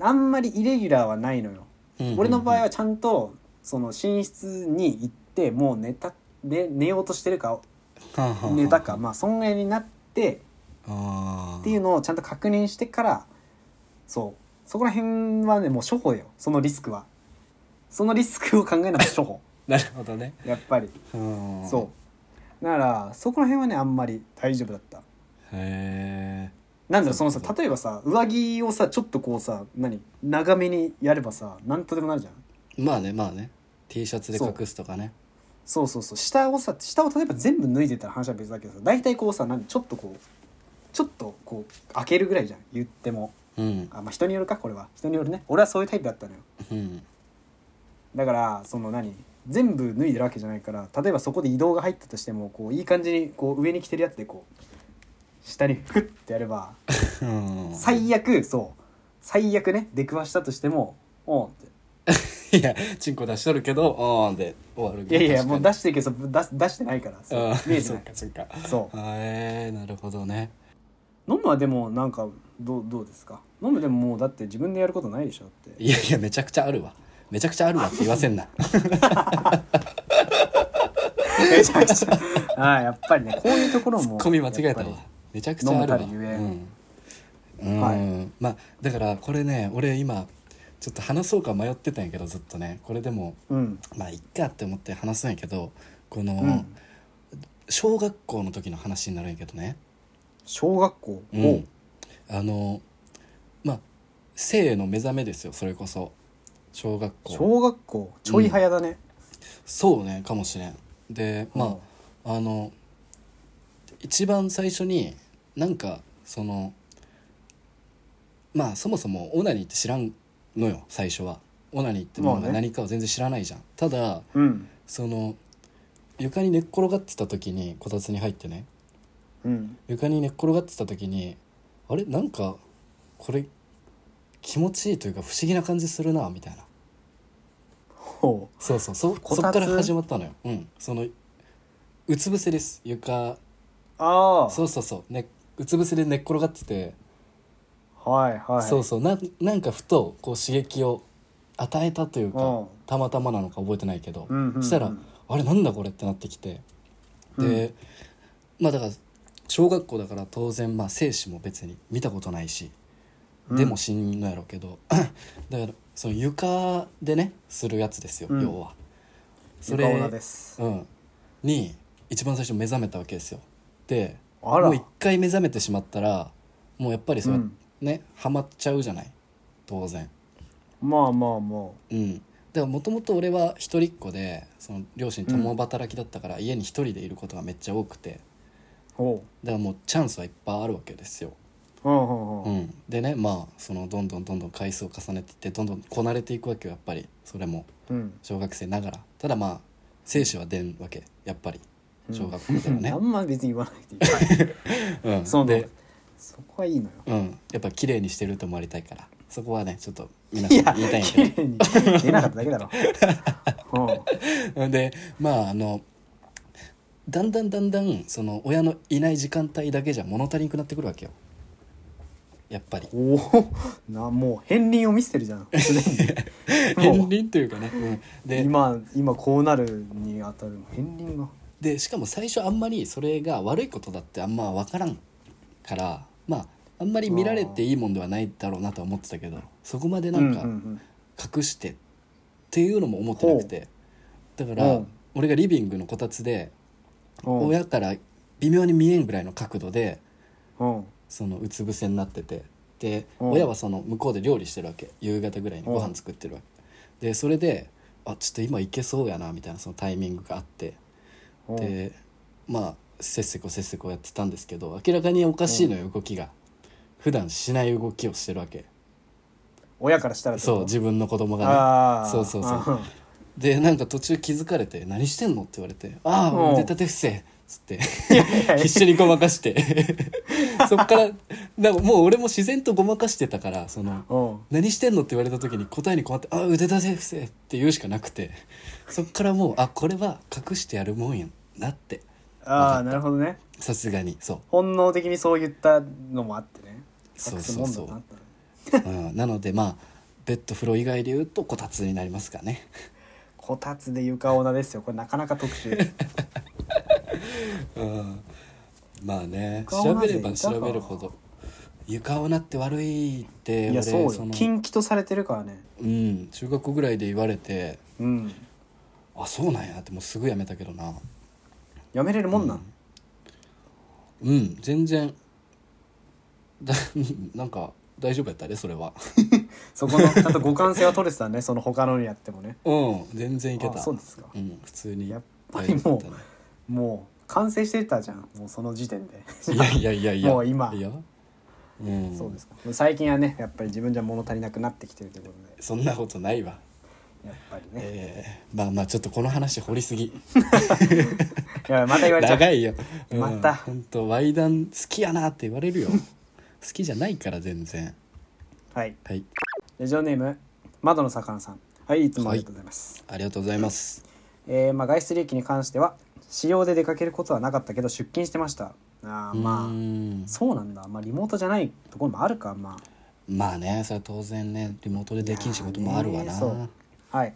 Speaker 2: あんまりイレギュラーはないのよ
Speaker 1: うんうんうん
Speaker 2: 俺の場合はちゃんとその寝室に行ってもう寝たで寝ようとしてるか
Speaker 1: はあはあはあ
Speaker 2: 寝たかまあそんぐらいになって
Speaker 1: あー
Speaker 2: っていうのをちゃんと確認してからそうそこら辺はねもう処方よそのリスクはそのリスクを考えなくて処方
Speaker 1: なるほどね
Speaker 2: やっぱり
Speaker 1: うん
Speaker 2: そうだからそこら辺はねあんまり大丈夫だった
Speaker 1: へえ
Speaker 2: なんだろうその
Speaker 1: そ
Speaker 2: さ
Speaker 1: うそう
Speaker 2: 例えばさ上着をさちょっとこうさ何長めにやればさなんとでもなるじゃん
Speaker 1: まあねまあね T シャツで隠すとかね
Speaker 2: そうそうそう下をさ下を例えば全部脱いでたら話は別だけどさ大体こうさ何ちょっとこうちょっとこう開けるぐらいじゃん言っても
Speaker 1: うん
Speaker 2: あまあ人によるかこれは人によるね俺はそういうタイプだったのよ
Speaker 1: うん
Speaker 2: だからその何全部脱いでるわけじゃないから例えばそこで移動が入ったとしてもこういい感じにこう上に着てるやつでこう下にフッてやれば
Speaker 1: うん
Speaker 2: 最悪そう最悪ね出くわしたとしてもおうって
Speaker 1: いやチンコ出しとるけどおーんで終わる
Speaker 2: いやいやもう出
Speaker 1: し
Speaker 2: してるけどそう出す出してないからそう
Speaker 1: あ
Speaker 2: 見えて
Speaker 1: そ
Speaker 2: な
Speaker 1: っ
Speaker 2: い
Speaker 1: か そっか
Speaker 2: そ
Speaker 1: へえなるほどね
Speaker 2: う飲むはでもなんかどうどうですか飲むでももうだって自分でやることないでしょって
Speaker 1: いやいやめちゃくちゃあるわめちゃくちゃあるわって言わせん な
Speaker 2: めちゃくちゃ ああやっぱりねこういうところ
Speaker 1: ツッ
Speaker 2: も
Speaker 1: コミ間違えたわ
Speaker 2: やっぱり
Speaker 1: めちゃくちゃあるわ
Speaker 2: 飲むたるゆえ
Speaker 1: うんうん、
Speaker 2: は
Speaker 1: まあだからこれね俺今ちょっと話そうか迷ってたんやけどずっとねこれでも
Speaker 2: うん
Speaker 1: まあいっかって思って話すんやけどこの、
Speaker 2: うん
Speaker 1: 小学校の時の話になるんやけどね、
Speaker 2: 小学校
Speaker 1: うん
Speaker 2: おう
Speaker 1: あのまあ性の目覚めですよそれこそ小学校
Speaker 2: 小学校ちょい早だね
Speaker 1: そうねかもしれんでまあ、あの一番最初になんかそのまあそもそもオナニーって知らんのよ最初はオナニーってもの
Speaker 2: ま
Speaker 1: が
Speaker 2: あね
Speaker 1: 何かを全然知らないじゃん、ただ
Speaker 2: うん
Speaker 1: その床に寝っ転がってた時にこたつに入ってね
Speaker 2: うん
Speaker 1: 床に寝っ転がってた時にあれなんかこれ気持ちいいというか不思議な感じするなみたいな
Speaker 2: ほ
Speaker 1: そうそうそ
Speaker 2: こ
Speaker 1: そ
Speaker 2: た
Speaker 1: っ
Speaker 2: つ
Speaker 1: から始まったのよ、うん、そのうつ伏せです床
Speaker 2: うあ
Speaker 1: そうそうそう、ね、うつ伏せで寝っ転がってて、
Speaker 2: あはいはい
Speaker 1: そうそうななんかふとこう刺激を与えたというか、
Speaker 2: うん
Speaker 1: たまたまなのか覚えてないけど、
Speaker 2: うんうんうん
Speaker 1: したらあれなんだこれってなってきてで、まあだから小学校だから当然まあ生死も別に見たことないし、
Speaker 2: うん
Speaker 1: でも死んのやろうけど だからその床でねするやつですよ、
Speaker 2: うん
Speaker 1: 要は。そ
Speaker 2: 床オナ
Speaker 1: れ
Speaker 2: です
Speaker 1: うん、に一番最初目覚めたわけですよ。で
Speaker 2: あら
Speaker 1: もう一回目覚めてしまったらもうやっぱりそれ、
Speaker 2: うん
Speaker 1: ねハマっちゃうじゃない当然。
Speaker 2: まあまあまあ
Speaker 1: うん、だからもともと俺は一人っ子でその両親共働きだったから、家に一人でいることがめっちゃ多くて
Speaker 2: ほ
Speaker 1: だからもうチャンスはいっぱいあるわけですよ。
Speaker 2: ううんうん
Speaker 1: う
Speaker 2: うん
Speaker 1: ん、でねまあそのどんどんどんどん回数を重ねていってどんどんこなれていくわけよやっぱりそれも
Speaker 2: うん
Speaker 1: 小学生ながらただまあ精子は出んわけやっぱり小学校ではね
Speaker 2: あ。んま別に言わなくていいはい
Speaker 1: うん、
Speaker 2: その
Speaker 1: で、
Speaker 2: そこはいいのよ
Speaker 1: うん、やっぱ綺麗にしてると思われたいからそこはねちょっと皆
Speaker 2: い
Speaker 1: さ
Speaker 2: や
Speaker 1: ん言いたいんやけど
Speaker 2: 綺麗に出なかっただけだろう
Speaker 1: でまああのだんだんだんだんその親のいない時間帯だけじゃ物足りなくなってくるわけよやっぱり
Speaker 2: おおなもう片鱗を見せてるじゃんすで
Speaker 1: 片
Speaker 2: にもう
Speaker 1: 鱗というかね、うん で
Speaker 2: 今今こうなるにあたる片鱗が
Speaker 1: でしかも最初あんまりそれが悪いことだってあんま分からんからまああんまり見られていいもんではないだろうなとは思ってたけどそこまでなん
Speaker 2: うう
Speaker 1: か
Speaker 2: ん
Speaker 1: 隠してっていうのも思ってなくてだから
Speaker 2: うん
Speaker 1: 俺がリビングのこたつで
Speaker 2: うんうん
Speaker 1: 親から微妙に見えんぐらいの角度で
Speaker 2: うん
Speaker 1: そのうつ伏せになっててで
Speaker 2: うん
Speaker 1: 親はその向こうで料理してるわけ夕方ぐらいにご飯作ってるわけでそれであちょっと今行けそうやなみたいなそのタイミングがあって
Speaker 2: うん
Speaker 1: でまあせっせこせっせこやってたんですけど明らかにおかしいのよ動きが普段しない動きをしてるわけ
Speaker 2: 親からしたらってこ
Speaker 1: そう
Speaker 2: と
Speaker 1: 自分の子供がね
Speaker 2: ああ
Speaker 1: そうそうそうでなんか途中気づかれて「何してんの?」って言われて「あ
Speaker 2: う
Speaker 1: あ
Speaker 2: ん
Speaker 1: 腕立て伏せ」っつって
Speaker 2: いやいやいや
Speaker 1: 必死にごまかして そっからなんかもう俺も自然とごまかしてたからその
Speaker 2: うん
Speaker 1: 「何してんの?」って言われた時に答えに困って「あ腕立て伏せ」って言うしかなくてそっからもうあこれは隠してやるもんやなって
Speaker 2: ああなるほどね
Speaker 1: さすがにそう
Speaker 2: 本能的にそう言ったのもあってね
Speaker 1: そう
Speaker 2: 隠す
Speaker 1: そう
Speaker 2: もんだ
Speaker 1: そう
Speaker 2: なって
Speaker 1: うん、なのでまあベッド風呂以外で言うとこたつになりますかね
Speaker 2: こたつで床オナですよこれなかなか 特殊
Speaker 1: うんまあね
Speaker 2: 床
Speaker 1: 調
Speaker 2: 女
Speaker 1: べ
Speaker 2: で
Speaker 1: れば調べるほど床をなって悪いって
Speaker 2: い
Speaker 1: 俺
Speaker 2: やそうよ
Speaker 1: その
Speaker 2: 禁忌とされてるからね
Speaker 1: うん中学校ぐらいで言われて
Speaker 2: うん
Speaker 1: あそうなんやってもうすぐやめたけどな
Speaker 2: やめれるもんなん、
Speaker 1: うん全然だ なんか大丈夫やったねそれは
Speaker 2: そこのちゃんと互換性は取れてたねその他のにやってもね
Speaker 1: うん全然いけ
Speaker 2: あ
Speaker 1: た
Speaker 2: そうですか
Speaker 1: うん普通に
Speaker 2: やっぱりも
Speaker 1: 大丈夫やっ
Speaker 2: うもう完成してたじゃんもうその時点で
Speaker 1: たねいやいやいやいや
Speaker 2: もう今
Speaker 1: いやうん
Speaker 2: そうですか最近はねやっぱり自分じゃ物足りなくなってきてるということ
Speaker 1: そんなことないわ
Speaker 2: でやっぱりね、
Speaker 1: えーまあまあちょっとこの話掘りすぎ
Speaker 2: いやまた言われちゃう
Speaker 1: 長いよ、うん、
Speaker 2: また
Speaker 1: 本当ワイダン好きやなって言われるよ好きじゃないから全然
Speaker 2: はい
Speaker 1: はい
Speaker 2: ラジオネーム窓の魚さんはいいつもありがとうございます、
Speaker 1: ありがとうございます
Speaker 2: えーまあ、外出利益に関しては使用で出かけることはなかったけど出勤してましたあー
Speaker 1: う
Speaker 2: ま
Speaker 1: ーん
Speaker 2: あそうなんだ、まあ、リモートじゃないところもあるかま
Speaker 1: まあねそれは当然ねリモートでできん仕事もあるわ
Speaker 2: い
Speaker 1: な
Speaker 2: やーねそうあはい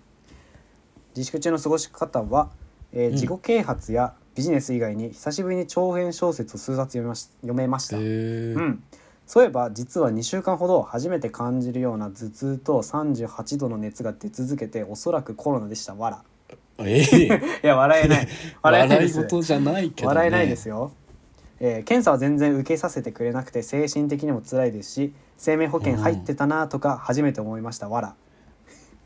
Speaker 2: 自粛中の過ごし方は、えー
Speaker 1: ん
Speaker 2: 自己啓発やビジネス以外に久しぶりに長編小説を数冊読めまし読めました、
Speaker 1: へー
Speaker 2: うん、そういえば実は2週間ほど初めて感じるような頭痛と38度の熱が出続けておそらくコロナでしたわら
Speaker 1: ええ
Speaker 2: いや笑えない 笑えな
Speaker 1: 笑
Speaker 2: いで
Speaker 1: い
Speaker 2: す
Speaker 1: 事じゃないけど、ね、
Speaker 2: 笑えないですよ、えー検査は全然受けさせてくれなくて精神的にも辛いですし生命保険入ってたなとか初めて思いました、わら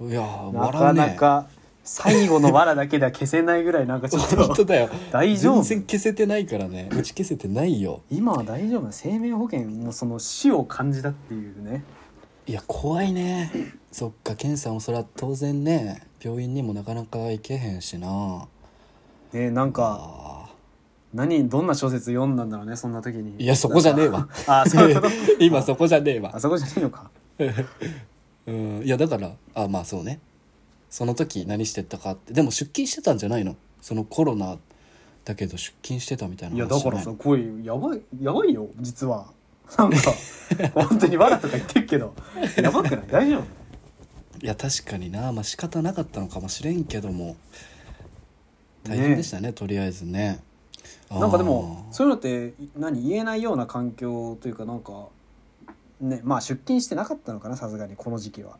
Speaker 1: いやー
Speaker 2: な
Speaker 1: 笑
Speaker 2: か
Speaker 1: うね
Speaker 2: なか最後のわらだけでは消せないぐらいなんかちょっ
Speaker 1: 本当
Speaker 2: と
Speaker 1: だよ
Speaker 2: 大丈夫
Speaker 1: 全然消せてないからね打ち消せてないよ
Speaker 2: 今は大丈夫な生命保険もその死を感じたっていうね
Speaker 1: いや怖いねそっか検査もそれは当然ね病院にもなかなか行けへんしな
Speaker 2: ねなんか
Speaker 1: あー
Speaker 2: 何どんな小説読んだんだろうねそんな時に
Speaker 1: いやそこじゃねえ わ
Speaker 2: あそういうこと
Speaker 1: 今そこじゃねえ
Speaker 2: あ
Speaker 1: わ
Speaker 2: そこじゃねえのか
Speaker 1: うんいやだからあまあそうねその時何してたかってでも出勤してたんじゃないのそのコロナだけど出勤してたみたいない
Speaker 2: や
Speaker 1: 話
Speaker 2: だ
Speaker 1: じゃ
Speaker 2: か
Speaker 1: な
Speaker 2: ら
Speaker 1: い
Speaker 2: さ
Speaker 1: の
Speaker 2: これやばいやばいよ実はな んか本当にわらとか言ってるけどやばくない大丈夫
Speaker 1: いや確かになまあ仕方なかったのかもしれんけども大変でしたねとりあえずね
Speaker 2: なんかでもそういうのってい何言えないような環境というかなんかねまあ出勤してなかったのかなさすがにこの時期は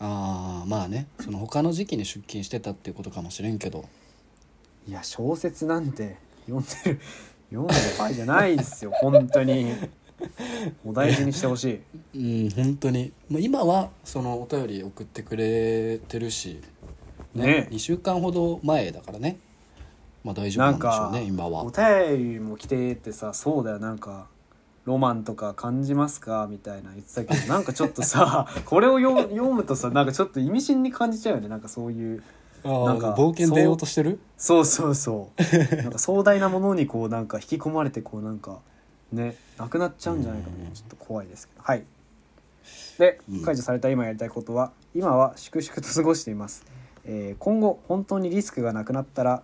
Speaker 1: あーまあねその他の時期に出勤してたっていうことかもしれんけど
Speaker 2: いや小説なんて読んでる読んでる場合じゃない ですよ本当にお大事にしてほしい
Speaker 1: うん本当にまあ今はそのお便り送ってくれてるし、
Speaker 2: ね
Speaker 1: 2週間ほど前だからねまあ大丈夫
Speaker 2: な
Speaker 1: なん
Speaker 2: ん
Speaker 1: でしょ
Speaker 2: か
Speaker 1: うね今は
Speaker 2: お便りも来てってさそうだよなんかロマンとか感じますかみたいな言ってたけどなんかちょっとさこれを読む読むとさなんかちょっと意味深に感じちゃうよねなんかそういう
Speaker 1: あー
Speaker 2: なんか
Speaker 1: 冒険出ようとしてる
Speaker 2: そうそうそうなんか壮大なものにこうなんか引き込まれてこうなんかねなくなっちゃうんじゃないかみたいなちょっと怖いですけどはいで
Speaker 1: うん
Speaker 2: 解除された今やりたいことは今は粛々と過ごしています、えー今後本当にリスクがなくなったら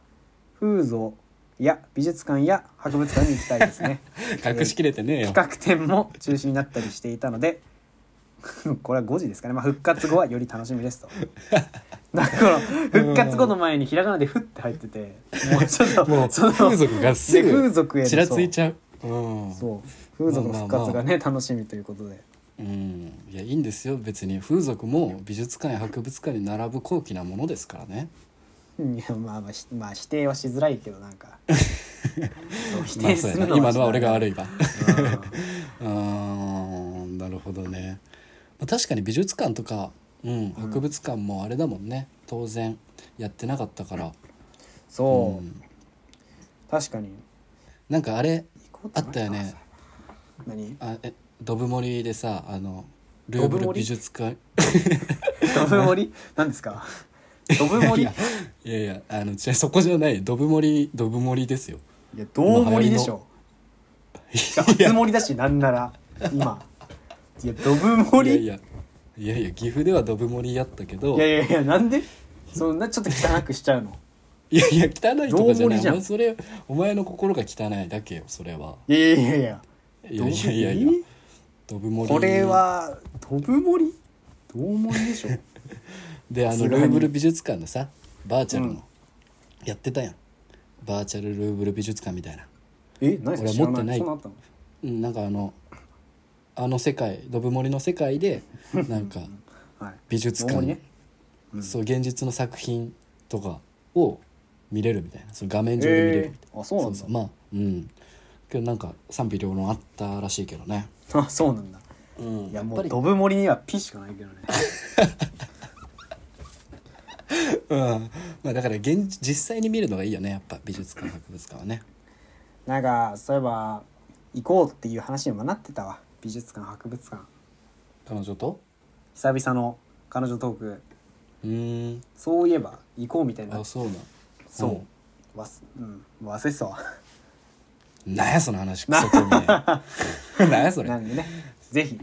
Speaker 2: フーズをや美術館や博物館に行きたいですね
Speaker 1: 隠しきれてねえよ。
Speaker 2: 企画展も中止になったりしていたので これは5時ですかね、まあ、復活後はより楽しみ ですとだから復活後の前にひらがなで「ふ」って入っててもうちょっと
Speaker 1: もう
Speaker 2: その
Speaker 1: 風俗がす
Speaker 2: で風
Speaker 1: ぐ
Speaker 2: 俗への
Speaker 1: ちらついちゃう。うん、
Speaker 2: そうそう風俗の復活がね、楽しみということで
Speaker 1: うん、いやいいんですよ別に風俗も美術館や博物館に並ぶ高貴なものですからね
Speaker 2: いやまあまあひまあ否定はしづらいけどなん かそう否
Speaker 1: まあ
Speaker 2: 定
Speaker 1: そうや
Speaker 2: する
Speaker 1: な
Speaker 2: の
Speaker 1: 今のは俺が
Speaker 2: い
Speaker 1: 悪いわ
Speaker 2: う
Speaker 1: うーんなるほどねまあ確かに美術館とか、うん、博物館もあれだもんね、当然やってなかったから、
Speaker 2: ん
Speaker 1: う
Speaker 2: そう、
Speaker 1: ん、
Speaker 2: 確かに
Speaker 1: なんかあれ
Speaker 2: 行こう
Speaker 1: あ
Speaker 2: て
Speaker 1: ったよね
Speaker 2: 何
Speaker 1: あえドブ森でさあのルーブ
Speaker 2: ドブ
Speaker 1: ル
Speaker 2: 森
Speaker 1: 美術館
Speaker 2: ドブ森なんですかドブ森いや
Speaker 1: いやいやあの違うそこじゃないドブ森ドブ森ですよ
Speaker 2: どう森でしょいや初森だしなんなら今いやドブ森
Speaker 1: いやいやいやいや岐阜ではドブ森やったけど
Speaker 2: いやいやいやなんでそんなちょっと汚くしちゃうの
Speaker 1: いやいや汚いとかじゃ
Speaker 2: どう
Speaker 1: な
Speaker 2: も
Speaker 1: い
Speaker 2: りじゃん
Speaker 1: お前それお前の心が汚いだけよそれはい
Speaker 2: やいやいやいや
Speaker 1: いやいやいやいやドブ
Speaker 2: ドブ
Speaker 1: 森
Speaker 2: 森これはドブ森どう森でしょ
Speaker 1: であ
Speaker 2: さ
Speaker 1: の
Speaker 2: すが
Speaker 1: ル
Speaker 2: に
Speaker 1: ーブル美術館のさバーチャル
Speaker 2: うん
Speaker 1: のやってたやん、バーチャルルーブル美術館みたいな、
Speaker 2: え何それ
Speaker 1: 俺
Speaker 2: 知
Speaker 1: 持
Speaker 2: ら
Speaker 1: ってない
Speaker 2: そんなあったの
Speaker 1: うん、なんかあのあの世界ドブ森の世界 でなんか
Speaker 2: はい
Speaker 1: 美術
Speaker 2: 大
Speaker 1: 館、
Speaker 2: 盛りねうん
Speaker 1: そう現実の作品とかを見れるみたいなその画面上で見れるみたい
Speaker 2: え
Speaker 1: な、
Speaker 2: ー、あそうなんだ
Speaker 1: まあうんけどなんか賛否両論あったらしいけどね、
Speaker 2: あそうなんだ
Speaker 1: うん、
Speaker 2: いやもうドブ森にはピしかないけどね
Speaker 1: うんまあ、だから現実実際に見るのがいいよねやっぱ美術館博物館はね
Speaker 2: なんかそういえば行こうっていう話にもなってたわ美術館博物館
Speaker 1: 彼女と
Speaker 2: 久々の彼女トーク
Speaker 1: うーん
Speaker 2: そういえば行こうみたいな
Speaker 1: あそうなん
Speaker 2: そう忘,、うん、忘れてたわ
Speaker 1: なんやその話クソ興味 ない なんやそれ
Speaker 2: なんでねぜひ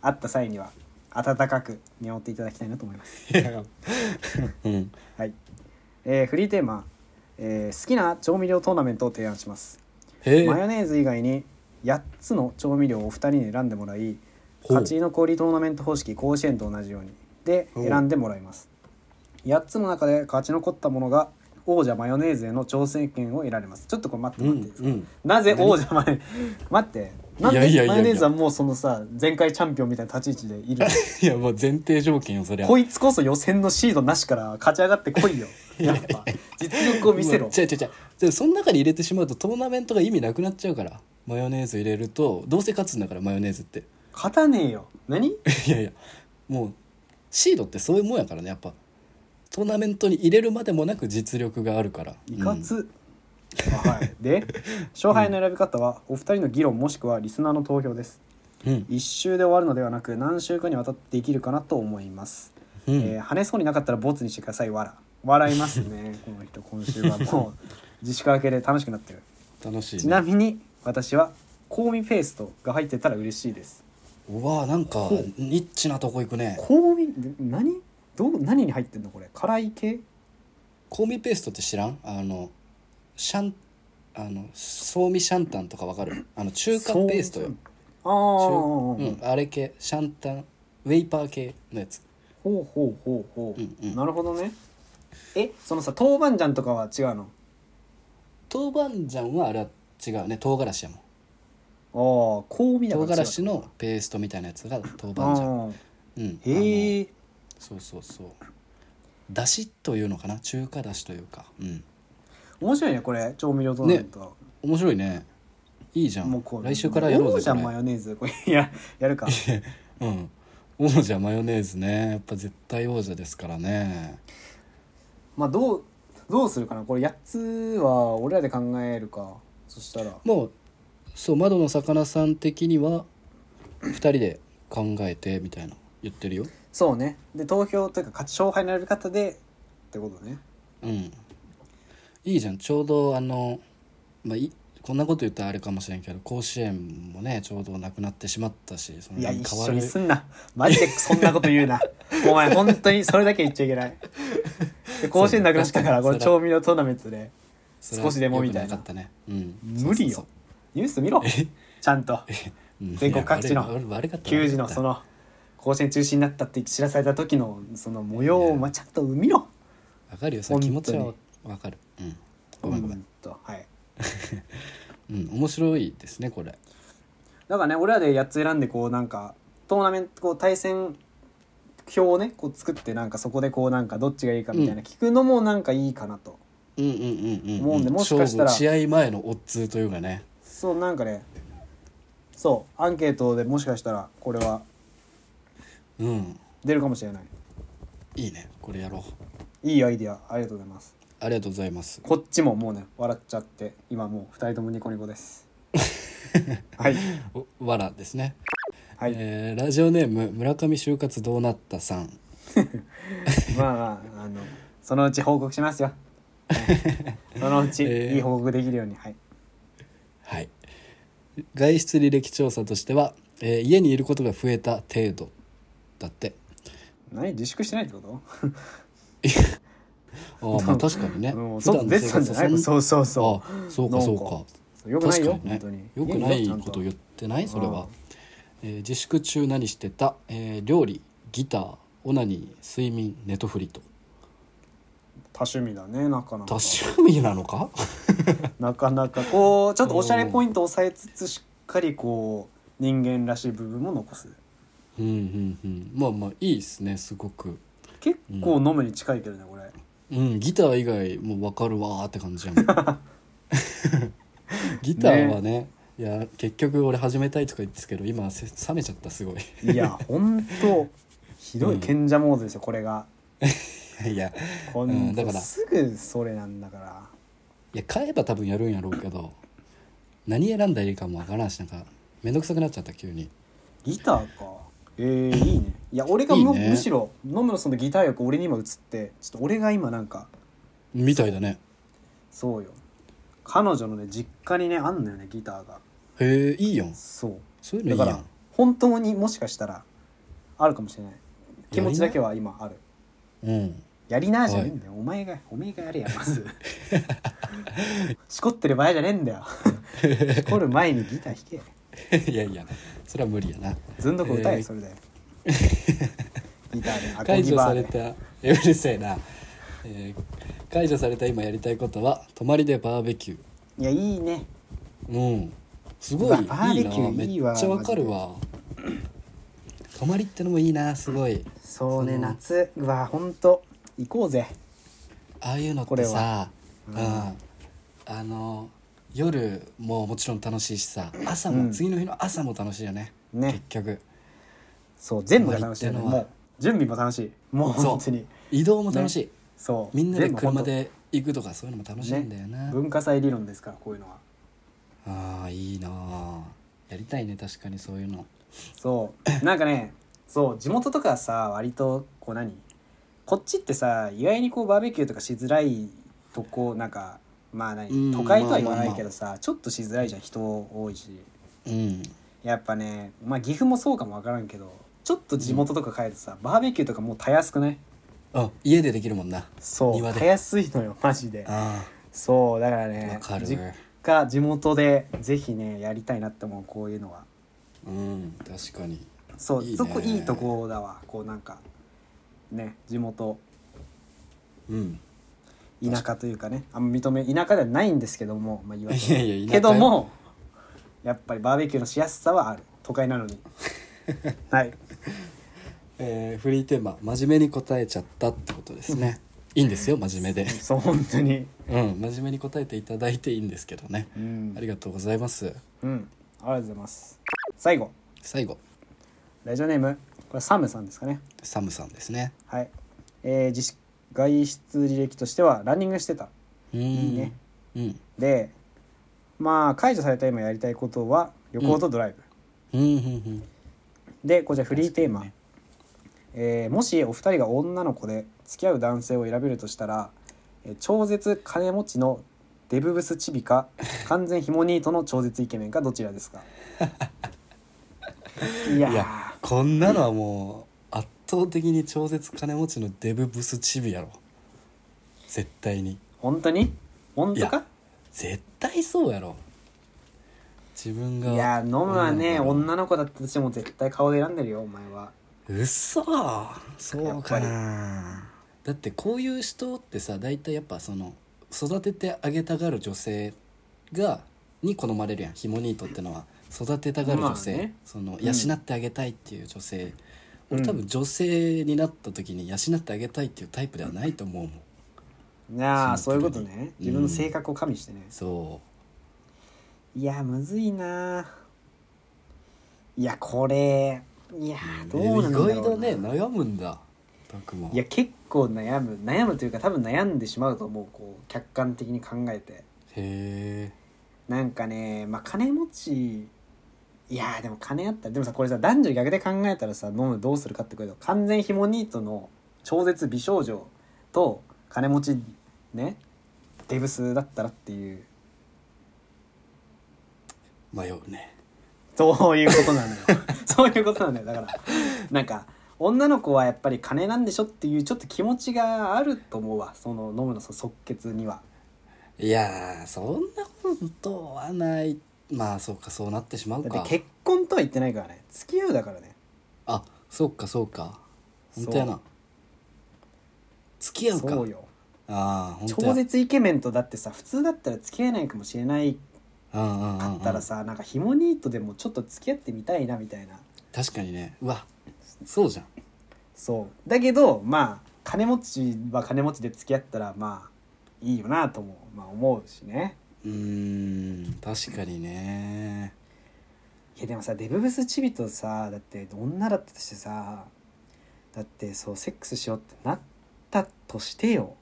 Speaker 2: 会った際には温かく見守っていただきたいなと思います
Speaker 1: いやうん
Speaker 2: はい、えーフリーテーマ、えー好きな調味料トーナメントを提案します
Speaker 1: へえ
Speaker 2: マヨネーズ以外に8つの調味料をお二人に選んでもらい
Speaker 1: ほう
Speaker 2: 勝ち残りトーナメント方式甲子園と同じようにで
Speaker 1: ほう
Speaker 2: 選んでもらいます8つの中で勝ち残ったものが王者マヨネーズへの挑戦権を得られますちょっとこれ待っ
Speaker 1: う
Speaker 2: て待っていい
Speaker 1: ん
Speaker 2: ですか、
Speaker 1: うん
Speaker 2: なぜ王者マヨネーズ待ってなんで
Speaker 1: いやいやいやいや
Speaker 2: マヨネーズはもうそのさ前回チャンピオンみたいな立ち位置でいるの
Speaker 1: いやもう前提条件よそりゃ
Speaker 2: こいつこそ予選のシードなしから勝ち上がってこいよやっぱ実力を見せろ
Speaker 1: 違う違う違うでもその中に入れてしまうとトーナメントが意味なくなっちゃうからマヨネーズ入れるとどうせ勝つんだからマヨネーズって
Speaker 2: 勝たねえよ何
Speaker 1: いやいやもうシードってそういうもんやからねやっぱトーナメントに入れるまでもなく実力があるから
Speaker 2: いかつ、はい、で勝敗の選び方はお二人の議論もしくはリスナーの投票です
Speaker 1: うん
Speaker 2: 1周で終わるのではなく何週かにわたってできるかなと思います、
Speaker 1: うん、
Speaker 2: えー跳ねそうになかったらボツにしてくださいわら笑います ねこの人今週はもう自粛明けで楽しくなってる
Speaker 1: 楽しい、ね、
Speaker 2: ちなみに私は香味ペーストが入ってたら嬉しいです
Speaker 1: うわなんか
Speaker 2: ほう
Speaker 1: ニッチなとこ行くね
Speaker 2: 香味何どう何に入ってんのこれ辛い系
Speaker 1: 香味ペーストって知らんあのシャンあのソーミシャンタンとかわかるあの中華ペーストよ
Speaker 2: ああー、
Speaker 1: 中うん、あれ系シャンタンウェイパー系のやつ
Speaker 2: ほうほうほうほう、
Speaker 1: うんうん
Speaker 2: なるほどねえそのさ豆板醤とかは違うの
Speaker 1: 豆板醤はあれは違うね唐辛子やもん
Speaker 2: ああ香味だか
Speaker 1: 唐
Speaker 2: ら
Speaker 1: 辛子のペーストみたいなやつが豆板
Speaker 2: あ
Speaker 1: 醤
Speaker 2: ー
Speaker 1: うんあの
Speaker 2: へえ
Speaker 1: そうそうそうだしというのかな中華だしというかうん
Speaker 2: 面白いねこれ調味料トーナメント、
Speaker 1: 面白いねいいじゃん
Speaker 2: こ
Speaker 1: 来週からやろうぜ
Speaker 2: じゃ
Speaker 1: これ
Speaker 2: マヨネーズこれや やるか
Speaker 1: うん王者マヨネーズねやっぱ絶対王者ですからね
Speaker 2: まあどうどうするかなこれ8つは俺らで考えるかそしたら
Speaker 1: もうそう窓の魚さん的には2人で考えてみたいな言ってるよ
Speaker 2: そうねで投票というか勝ち勝敗の選び方でってことね
Speaker 1: うんいいじゃんちょうどあの、まあ、いこんなこと言ったらあれかもしれんけど甲子園もねちょうどなくなってしまったしその
Speaker 2: いや
Speaker 1: 変
Speaker 2: 一
Speaker 1: わ
Speaker 2: 緒
Speaker 1: る
Speaker 2: にすんなマジでそんなこと 言うなお前本当にそれだけは言っちゃいけないで甲子園なくなったから
Speaker 1: そ
Speaker 2: こ
Speaker 1: う
Speaker 2: の
Speaker 1: ね
Speaker 2: 調味料トーナメントで
Speaker 1: それ
Speaker 2: 少しでもみたい
Speaker 1: 良
Speaker 2: な
Speaker 1: くかったね、うん、
Speaker 2: 無理
Speaker 1: そう
Speaker 2: よニュース見ろちゃんと
Speaker 1: そうそううん
Speaker 2: 全国各地の
Speaker 1: いや悪い悪かった
Speaker 2: 球児のその甲子園中止になったって知らされた時のその模様をまあちゃんと見ろ
Speaker 1: わかるよその気持ちは
Speaker 2: 本
Speaker 1: わかるうんごめんごめん、
Speaker 2: とはい
Speaker 1: うん、面白いですねこれ
Speaker 2: だからね俺らで8つ選んでこうなんかトーナメントこう対戦表をねこう作ってなんかそこでこうなんかどっちがいいかみたいな聞くのもなんかいいかなと、
Speaker 1: うんうんうんうん
Speaker 2: もうねもしかしたら
Speaker 1: 勝負試合前のオッズというかね
Speaker 2: そうなんかねそうアンケートでもしかしたらこれは
Speaker 1: うん
Speaker 2: 出るかもしれない
Speaker 1: いいねこれやろう
Speaker 2: いいアイディアありがとうございます
Speaker 1: ありがとうございます
Speaker 2: こっちももうね笑っちゃって今もう2人ともニコニコです はい
Speaker 1: おわらですね、
Speaker 2: はい、
Speaker 1: えーラジオネーム村上就活どうなったさん
Speaker 2: まあまああのそのうち報告しますよ そのうち
Speaker 1: えー
Speaker 2: いい報告できるようにはい
Speaker 1: はい外出履歴調査としては、えー家にいることが増えた程度だって
Speaker 2: 何自粛してないってこと
Speaker 1: ああまあ確かにね
Speaker 2: うん、
Speaker 1: 普段
Speaker 2: 外
Speaker 1: の
Speaker 2: 出てたんじゃない
Speaker 1: 生活
Speaker 2: そうそう
Speaker 1: そん
Speaker 2: そ
Speaker 1: ああそうかそう
Speaker 2: なん
Speaker 1: か
Speaker 2: うよくない
Speaker 1: 確
Speaker 2: よ
Speaker 1: かにね
Speaker 2: 本当に
Speaker 1: よくない
Speaker 2: よ
Speaker 1: こと言ってないそれ
Speaker 2: うん
Speaker 1: は、えー自粛中何してた、えー料理ギターオナニー睡眠ネトフリと
Speaker 2: 多趣味だねなかな
Speaker 1: 多
Speaker 2: か
Speaker 1: 趣味なのか
Speaker 2: なかなかこうちょっとおしゃれポイントを抑えつつしっかりこう人間らしい部分も残す
Speaker 1: うんうんうんまあまあいいですねすごく
Speaker 2: 結構飲むに近いけどねこれ
Speaker 1: うんギター以外もう分かるわーって感じ やもんギターはねいや結局俺始めたいとか言ってたけど今せ冷めちゃったすごい
Speaker 2: いや本当ひど
Speaker 1: うん
Speaker 2: い賢者モードですよこれが
Speaker 1: いや
Speaker 2: こ
Speaker 1: うん
Speaker 2: ん
Speaker 1: だから
Speaker 2: すぐそれなんだから
Speaker 1: いや買えば多分やるんやろうけど何選んだらいいかもわからんしなんか面倒くさくなっちゃった急に
Speaker 2: ギターかえー、いいねいや俺がむ
Speaker 1: いいね
Speaker 2: むしろ飲むのそのギター欲俺に今映ってちょっと俺が今なんか
Speaker 1: みたいだね
Speaker 2: そうよ彼女のね実家にねあんのよねギターが
Speaker 1: へえいいやん
Speaker 2: そう
Speaker 1: そういうの
Speaker 2: だ
Speaker 1: いい
Speaker 2: か
Speaker 1: や
Speaker 2: ら
Speaker 1: ん
Speaker 2: 本当にもしかしたらあるかもしれない気持ちだけは今ある
Speaker 1: うん
Speaker 2: やりなーじゃねえんだよ、お前がお前がやれやまずしこってる場合じゃねえんだよしこる前にギター弾け
Speaker 1: いやいやそれは無理やな
Speaker 2: ずんどこ歌え、
Speaker 1: えー
Speaker 2: それでギターでアコ
Speaker 1: 解
Speaker 2: ギ
Speaker 1: 除
Speaker 2: バ
Speaker 1: さ
Speaker 2: ー
Speaker 1: れ
Speaker 2: で
Speaker 1: たえうるせえな、えー解除された今やりたいことは泊まりでバーベキュ
Speaker 2: いやいいね
Speaker 1: ーうんすご
Speaker 2: うわ
Speaker 1: いいい
Speaker 2: バーベキュー
Speaker 1: ない
Speaker 2: いわ
Speaker 1: めっちゃわかるわ泊まりってのもいいなすごい
Speaker 2: そうね
Speaker 1: その
Speaker 2: 夏うわほんと行こうぜ
Speaker 1: ああいうのっ
Speaker 2: これ
Speaker 1: て
Speaker 2: は
Speaker 1: さ、
Speaker 2: う
Speaker 1: うんん、あの夜ももちろん楽しいしさ朝も、
Speaker 2: うん
Speaker 1: 次の日の朝も楽しいよね
Speaker 2: ね
Speaker 1: 結局
Speaker 2: そう全部が楽しいよね
Speaker 1: 泊まり
Speaker 2: も
Speaker 1: ってのは
Speaker 2: う準備も楽しいもう
Speaker 1: そう
Speaker 2: 本当に
Speaker 1: 移動も楽しい、
Speaker 2: そう
Speaker 1: みんなで
Speaker 2: 全部ほ
Speaker 1: 車
Speaker 2: と
Speaker 1: で行くとかそういうのも楽しいんだよな、
Speaker 2: 文化祭理論ですからこういうのは
Speaker 1: ああいいなあやりたいね確かにそういうの
Speaker 2: そうなんかねそう地元とかさ割とこう何こっちってさ意外にこうバーベキューとかしづらいとこなんかまあ
Speaker 1: う
Speaker 2: 何
Speaker 1: ん
Speaker 2: 都会とは言わないけどさ、ちょっとしづらいじゃん人多いし
Speaker 1: うん
Speaker 2: やっぱねまあ岐阜もそうかもわからんけどちょっと地元とか帰るとさ、バーベキューとかもうたやすくない
Speaker 1: あ家でできるもんな
Speaker 2: そう
Speaker 1: 庭で
Speaker 2: たやすいのよマジで
Speaker 1: あ
Speaker 2: そうだから
Speaker 1: あ
Speaker 2: ね
Speaker 1: わかる
Speaker 2: 実家地元でぜひねやりたいなって思うこういうのは
Speaker 1: うん確かに
Speaker 2: そう
Speaker 1: いいね
Speaker 2: そこいいとこだわこうなんかね地元
Speaker 1: うん
Speaker 2: 田舎というかねあんま認め田舎ではないんですけども、まあ、言わず
Speaker 1: いやいや田舎
Speaker 2: けどもやっぱりバーベキューのしやすさはある都会 なのにはい
Speaker 1: えー、フリーテーマ真面目に答えちゃったってことですねいいんですよ真面目で
Speaker 2: そう本当に
Speaker 1: うん真面目に答えていただいていいんですけどね
Speaker 2: うん
Speaker 1: ありがとうございます
Speaker 2: うんありがとうございます最後
Speaker 1: 最後
Speaker 2: ラジオネームこれサムさんですかね
Speaker 1: サムさんですね
Speaker 2: はいえー、自粛外出履歴としてはランニングしてた
Speaker 1: うん
Speaker 2: いいね
Speaker 1: うん
Speaker 2: でまあ解除された今やりたいことは旅行とドライブ、
Speaker 1: うんうん
Speaker 2: でこちらフリーテーマ、えーもしお二人が女の子で付き合う男性を選べるとしたら、えー超絶金持ちのデブブスチ ビか完全ヒモニートの超絶イケメンかどちらですかいや
Speaker 1: うん
Speaker 2: ー
Speaker 1: いやこんなのはもう圧倒的に超絶金持ちのデブブスチビやろ絶対に
Speaker 2: 本当に本
Speaker 1: い
Speaker 2: 当か
Speaker 1: や絶対そうやろ自分が
Speaker 2: いや飲むはね
Speaker 1: 女の子
Speaker 2: 女の子だったとしても絶対顔で選んでるよお前は
Speaker 1: うっそそうかなだってこういう人ってさ大体やっぱその育ててあげたがる女性がに好まれるやんヒモニートってのは育てたがる女性、
Speaker 2: まあね
Speaker 1: その
Speaker 2: ん
Speaker 1: 養ってあげたいっていう女性、
Speaker 2: うん
Speaker 1: 俺多分女性になった時に養ってあげたいっていうタイプではないと思うもん
Speaker 2: いやーそ
Speaker 1: シ
Speaker 2: うい
Speaker 1: ン
Speaker 2: う
Speaker 1: プル
Speaker 2: こ
Speaker 1: に
Speaker 2: とね自分の性格を加味してね、
Speaker 1: そ
Speaker 2: いやーむずいなーいやこれいやー
Speaker 1: う
Speaker 2: どうなんだろうな
Speaker 1: 意外だね悩むんだたくも
Speaker 2: いや結構悩む悩むというか多分悩んでしまうと思うこう客観的に考えて
Speaker 1: へ
Speaker 2: なんかねまあ金持ちいやーでも金あったらでもさこれさ男女逆で考えたらさ飲むどうするかってこと完全ヒモニートの超絶美少女と金持ちねデブスだったらっていう
Speaker 1: え迷うね
Speaker 2: そういうことなのよ そういうことなのよだからなんか女の子はやっぱり金なんでしょっていうちょっと気持ちがあると思うわその飲むのそ即決には。
Speaker 1: いやーそんなことはないまあそうかそうなってしまう
Speaker 2: だっ
Speaker 1: か
Speaker 2: て結婚とは言ってないからね付き合うだからね
Speaker 1: あそうかそうか本当や
Speaker 2: そ
Speaker 1: な付き合うか
Speaker 2: そうよ
Speaker 1: ああ本当
Speaker 2: 超
Speaker 1: や
Speaker 2: 絶イケメンとだってさ普通だったら付き合えないかもしれない
Speaker 1: うんうんうん
Speaker 2: か
Speaker 1: うん
Speaker 2: ったらさ、なんかヒモニートでもちょっと付き合ってみたいなみたいな
Speaker 1: 確かにねうわそうじゃん
Speaker 2: そうだけどまあ金持ちは金持ちで付き合ったらまあいいよなとも、まあ、思うしね
Speaker 1: うーん確かにね
Speaker 2: いやでもさデブブスチビとさだって女だったとしてさだってそうセックスしようってなったとしてよ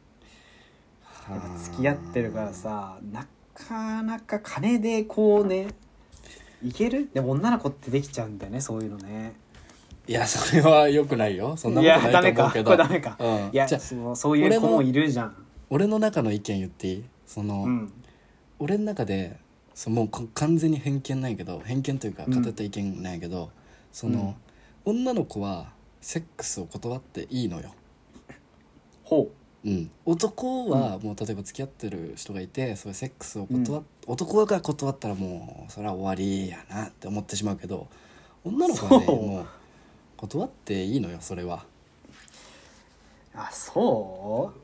Speaker 2: やっぱ付き合ってるからさなかなか金でこうねいけるでも女の子ってできちゃうんだよねそういうのね
Speaker 1: いやそれはよくないよそんなこ
Speaker 2: いや
Speaker 1: と
Speaker 2: ダ
Speaker 1: な
Speaker 2: メ
Speaker 1: いと思
Speaker 2: か
Speaker 1: う
Speaker 2: こ
Speaker 1: け
Speaker 2: れ
Speaker 1: ど
Speaker 2: ダメか
Speaker 1: うん
Speaker 2: いや
Speaker 1: じゃあ
Speaker 2: そうそういう子もいるじゃん
Speaker 1: 俺の中の意見言っていいその、
Speaker 2: うん
Speaker 1: 俺の中でそもうこ完全に偏見ないけど偏見というか
Speaker 2: うん
Speaker 1: 語った意見ないけど、その、女の子はセックスを断っていいのよ、
Speaker 2: ほ
Speaker 1: うん、男はもう例えば付き合ってる人がいてそういうセックスを断っ、男が断ったらもうそれは終わりやなって思ってしまうけど女の子はね
Speaker 2: そう
Speaker 1: もう断っていいのよそれは、
Speaker 2: うあそう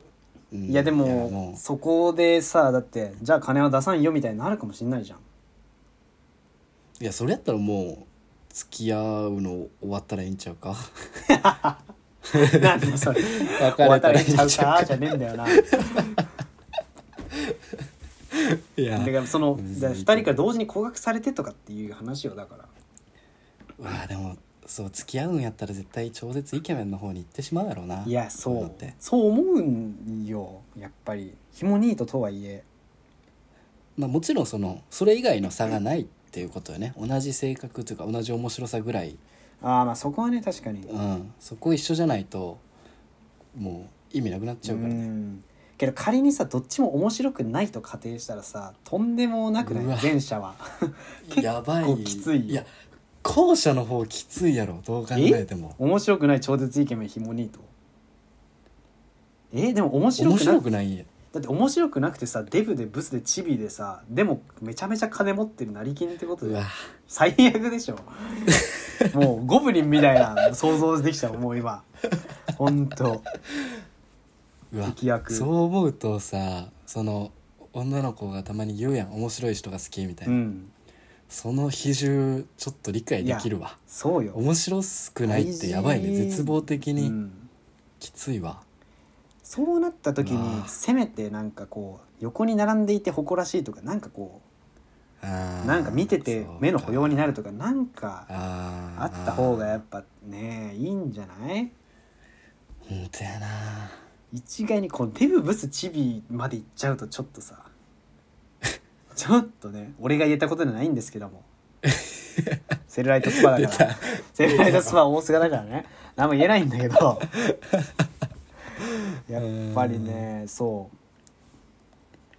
Speaker 1: うん
Speaker 2: いやで
Speaker 1: い
Speaker 2: も
Speaker 1: もう
Speaker 2: そこでさだってじゃあ金は出さんよみたいになるかもしんないじゃん
Speaker 1: いやそれやったらもう付き合うの終わったらいいんちゃうか
Speaker 2: なんだそれ
Speaker 1: 別
Speaker 2: 終わ
Speaker 1: れ
Speaker 2: ったた
Speaker 1: ら
Speaker 2: ら
Speaker 1: い
Speaker 2: い
Speaker 1: いん
Speaker 2: ち
Speaker 1: ちゃ
Speaker 2: ゃう
Speaker 1: うか
Speaker 2: かじゃねえ んだよない
Speaker 1: や
Speaker 2: だからその
Speaker 1: うん
Speaker 2: 2人から同時に告白されてとかっていう話をだから
Speaker 1: わあでもそう付き合うんやったら絶対超絶イケメンの方に行ってしまうやろうない
Speaker 2: や
Speaker 1: うい
Speaker 2: そう
Speaker 1: の
Speaker 2: う
Speaker 1: って
Speaker 2: そう思うんよやっぱりヒモニートとはいえ
Speaker 1: まあ、もちろんそのそれ以外の差がないっていうことよね同じ性格というか同じ面白さぐらい、
Speaker 2: ああまあそこはね確かに
Speaker 1: うん、そこ一緒じゃないともう意味なくなっちゃうから
Speaker 2: う
Speaker 1: ね
Speaker 2: んけど仮にさどっちも面白くないと仮定したらさとんでもなくないう
Speaker 1: わ
Speaker 2: 前者は結構
Speaker 1: やばい
Speaker 2: きつい
Speaker 1: いや後者の方きついやろどう考えても
Speaker 2: 面白くない超絶イケメンヒモニートえでも面白
Speaker 1: 面
Speaker 2: くな
Speaker 1: 白
Speaker 2: い
Speaker 1: くない
Speaker 2: だって面白くなくてさデブでブスでチビでさでもめちゃめちゃ金持ってる成金ってこと
Speaker 1: う
Speaker 2: で
Speaker 1: わ
Speaker 2: 最悪で しょもうゴブリンみたいな想像できたもう今ほんと
Speaker 1: うわ
Speaker 2: 適役
Speaker 1: そう思うとさその女の子がたまに言うやん面白い人が好きみたいうな、
Speaker 2: ん
Speaker 1: その比重ちょっと理解できるわ
Speaker 2: そうよ、
Speaker 1: 面白くないってやばいね
Speaker 2: 大事
Speaker 1: 絶望的
Speaker 2: う
Speaker 1: に
Speaker 2: ん
Speaker 1: きついわ、
Speaker 2: そうなった時
Speaker 1: う
Speaker 2: に
Speaker 1: わ
Speaker 2: せめてなんかこう横に並んでいて誇らしいとかなんかこ
Speaker 1: あ
Speaker 2: う
Speaker 1: ー
Speaker 2: なんか見てて
Speaker 1: そうか
Speaker 2: 目の保養になるとかなんか
Speaker 1: あ
Speaker 2: あった方がやっぱねいいんじゃない
Speaker 1: 本当やな
Speaker 2: 一概にこうデブブスチビまでいっちゃうとちょっ とさちょっとね俺が言えたことじゃないんです けどもセルライトスパだからセルライトスパは大菅だからね何も言えないんだ けどやっぱりねそう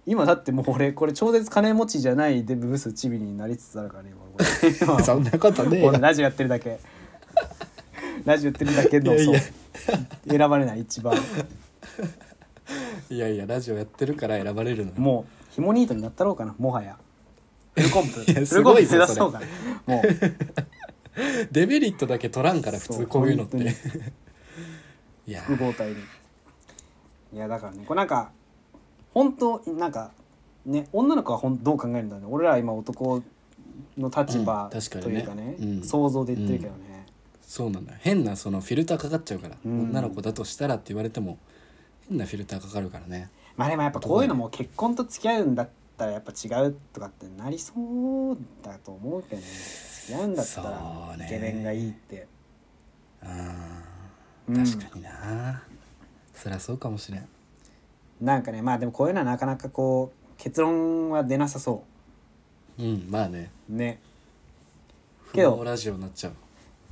Speaker 2: 今だってもう俺これ超絶金持ちじゃないデブブスチビになりつつあるからね今 俺
Speaker 1: そんなことねえ
Speaker 2: 俺
Speaker 1: よ
Speaker 2: ラジオやってるだけラジオやってるだけの
Speaker 1: いやいや
Speaker 2: そう選ばれない一番
Speaker 1: いやいやラジオやってるから選ばれるのよ
Speaker 2: もうヒモニートになったろうかなもはやフルコンプ
Speaker 1: いや
Speaker 2: フルコンプ
Speaker 1: す
Speaker 2: 目
Speaker 1: ごいぞ
Speaker 2: 指そうかなもう
Speaker 1: デメリットだけ取らんから普
Speaker 2: そ
Speaker 1: 通
Speaker 2: う
Speaker 1: こういうのって
Speaker 2: 本
Speaker 1: いや
Speaker 2: 複合体にいやだからねこれなんか本当なんかね女の子はほんどう考えるんだろうね俺らは今男の立場
Speaker 1: うん確か
Speaker 2: と
Speaker 1: に
Speaker 2: い
Speaker 1: ね
Speaker 2: うかね,、
Speaker 1: うん
Speaker 2: 想像で言ってるけどね、
Speaker 1: そうなんだ変なそのフィルターかかっちゃうから、
Speaker 2: うん
Speaker 1: 女の子だとしたらって言われても変なフィルターかかるからね
Speaker 2: まあでもやっぱこういうのも結婚と付き合うんだったらやっぱ違うとかってなりそうだと思うけどね付き合うんだった
Speaker 1: そ
Speaker 2: ら
Speaker 1: うね
Speaker 2: イケメンがいいって、
Speaker 1: あ
Speaker 2: う
Speaker 1: ー
Speaker 2: ん
Speaker 1: 確かにな、そりゃそうかもしれん
Speaker 2: なんかねまあでもこういうのはなかなかこう結論は出なさそ
Speaker 1: うんまあね
Speaker 2: うね
Speaker 1: 不
Speaker 2: けど
Speaker 1: 毛ラジオになっちゃう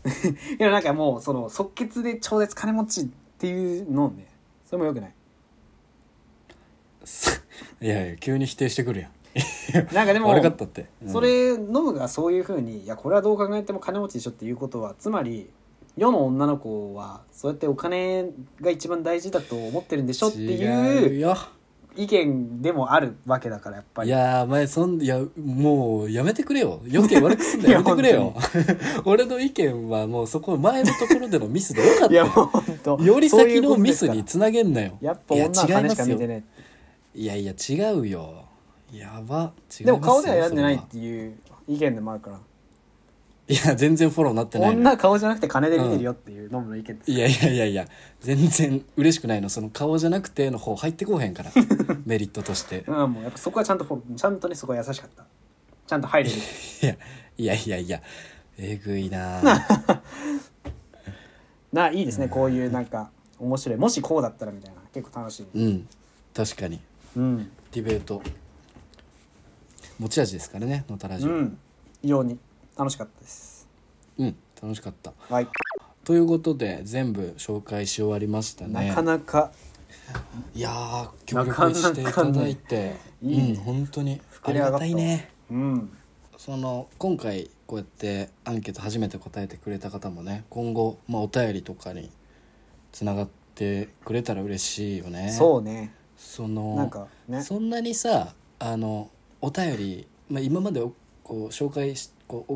Speaker 2: いやなんかもうその即決で超絶金持ちっていうのねそれもよくない
Speaker 1: す いやいや急に否定してくるやん
Speaker 2: なんかでも
Speaker 1: 悪かったって、うん
Speaker 2: それノブがそういうふうに「いやこれはどう考えても金持ちでしょ」っていうことはつまり世の女の子はそうやってお金が一番大事だと思ってるんでしょって
Speaker 1: 違
Speaker 2: いうう
Speaker 1: よ
Speaker 2: 意見でもあるわけだからやっぱ
Speaker 1: い
Speaker 2: り。
Speaker 1: やーお前そんいやもうやめてくれよ余計悪くすんの やめてくれよ俺の意見はもうそこ前のところでのミスでよかっ
Speaker 2: い
Speaker 1: た
Speaker 2: や
Speaker 1: よ
Speaker 2: もう本当
Speaker 1: より
Speaker 2: そうい
Speaker 1: 先
Speaker 2: うこ
Speaker 1: の
Speaker 2: とで
Speaker 1: ミ
Speaker 2: す
Speaker 1: ス
Speaker 2: から
Speaker 1: につなげんなよ
Speaker 2: やっぱ女
Speaker 1: や
Speaker 2: はい
Speaker 1: 違い
Speaker 2: 金
Speaker 1: ま
Speaker 2: しか
Speaker 1: す
Speaker 2: 見
Speaker 1: よ
Speaker 2: てね
Speaker 1: いやいや違うよやば違いますよ
Speaker 2: えでも顔では選んでない
Speaker 1: そ
Speaker 2: っていう意見でもあるから
Speaker 1: れはいや全然フォローなってないの
Speaker 2: 女は顔じゃなくて金で見てるよっていうノブの意見です
Speaker 1: いやいやいやいや全然嬉しくないのその顔じゃなくての方入ってこうへんから メリットとして
Speaker 2: うん、もうやっぱそこはちゃんとフォローちゃんとねそこは優しかったちゃんと入れる
Speaker 1: いやいやいやいやえぐい なあ
Speaker 2: ないいですねこういうなんか面白いもしこうだったらみたいな結構楽しい、
Speaker 1: うん確かに
Speaker 2: うん
Speaker 1: ディベート持ち味ですからね野田ラ
Speaker 2: う
Speaker 1: ジオうん、
Speaker 2: ん非常に楽しかったです
Speaker 1: 楽しかった
Speaker 2: はい、
Speaker 1: ということで全部紹介し終わりましたね
Speaker 2: なかなか
Speaker 1: いやー協力していただいて
Speaker 2: なかねいいね
Speaker 1: うん本当にあ
Speaker 2: 膨
Speaker 1: り
Speaker 2: れ上がっ
Speaker 1: が
Speaker 2: た
Speaker 1: たいね
Speaker 2: うん
Speaker 1: その今回こうやってアンケート初めて答えてくれた方もね今後、まあ、お便りとかにつながってくれたら嬉しいよね
Speaker 2: そうね
Speaker 1: その
Speaker 2: なんかね
Speaker 1: そんなにさあのお便り、まあ、今までおこう紹介しこうお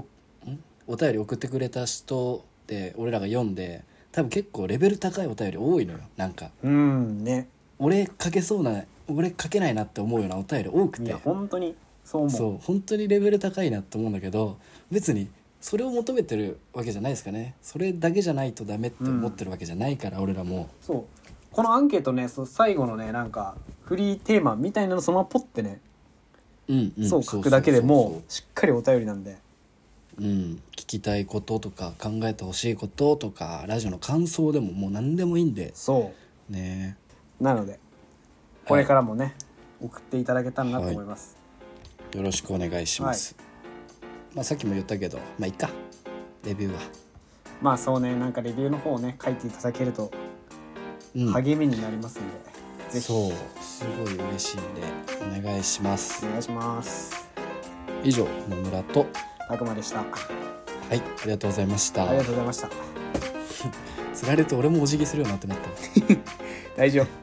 Speaker 1: んお便り送ってくれた人で俺らが読んで多分結構レベル高いお便り多いのよなんか
Speaker 2: うんね
Speaker 1: 俺書けそうな俺書けないなって思うようなお便り多く
Speaker 2: い
Speaker 1: て
Speaker 2: や本当にそう思う
Speaker 1: そう本当にレベル高いなって思うんだけど別にそれを求めてるわけじゃないですかねそれだけじゃないとダメって思ってるわけじゃないから、俺らも
Speaker 2: そうこのアンケートねその最後のねなんかフリーテーマみたいなのそのままポッてね、
Speaker 1: うんうん
Speaker 2: そう書くだけでもうしっかりお便りなんで
Speaker 1: うん、聞きたいこととか考えてほしいこととかラジオの感想でももう何でもいいんで
Speaker 2: そう
Speaker 1: ね
Speaker 2: なのでこれからもね、送っていただけたらなと思います、
Speaker 1: よろしくお願いします、まあさっきも言ったけどまあいいかレビューは、
Speaker 2: まあそうねなんかレビューの方をね書いていただけると
Speaker 1: うん、
Speaker 2: 励みになりますんで、ぜひ
Speaker 1: そうすごい嬉しいんでお願いします
Speaker 2: お願いします
Speaker 1: 以上野村と
Speaker 2: あくまでしたあ
Speaker 1: はいありがとうございました
Speaker 2: りがとうございました
Speaker 1: つられて俺もお辞儀するようになってなった
Speaker 2: 大丈夫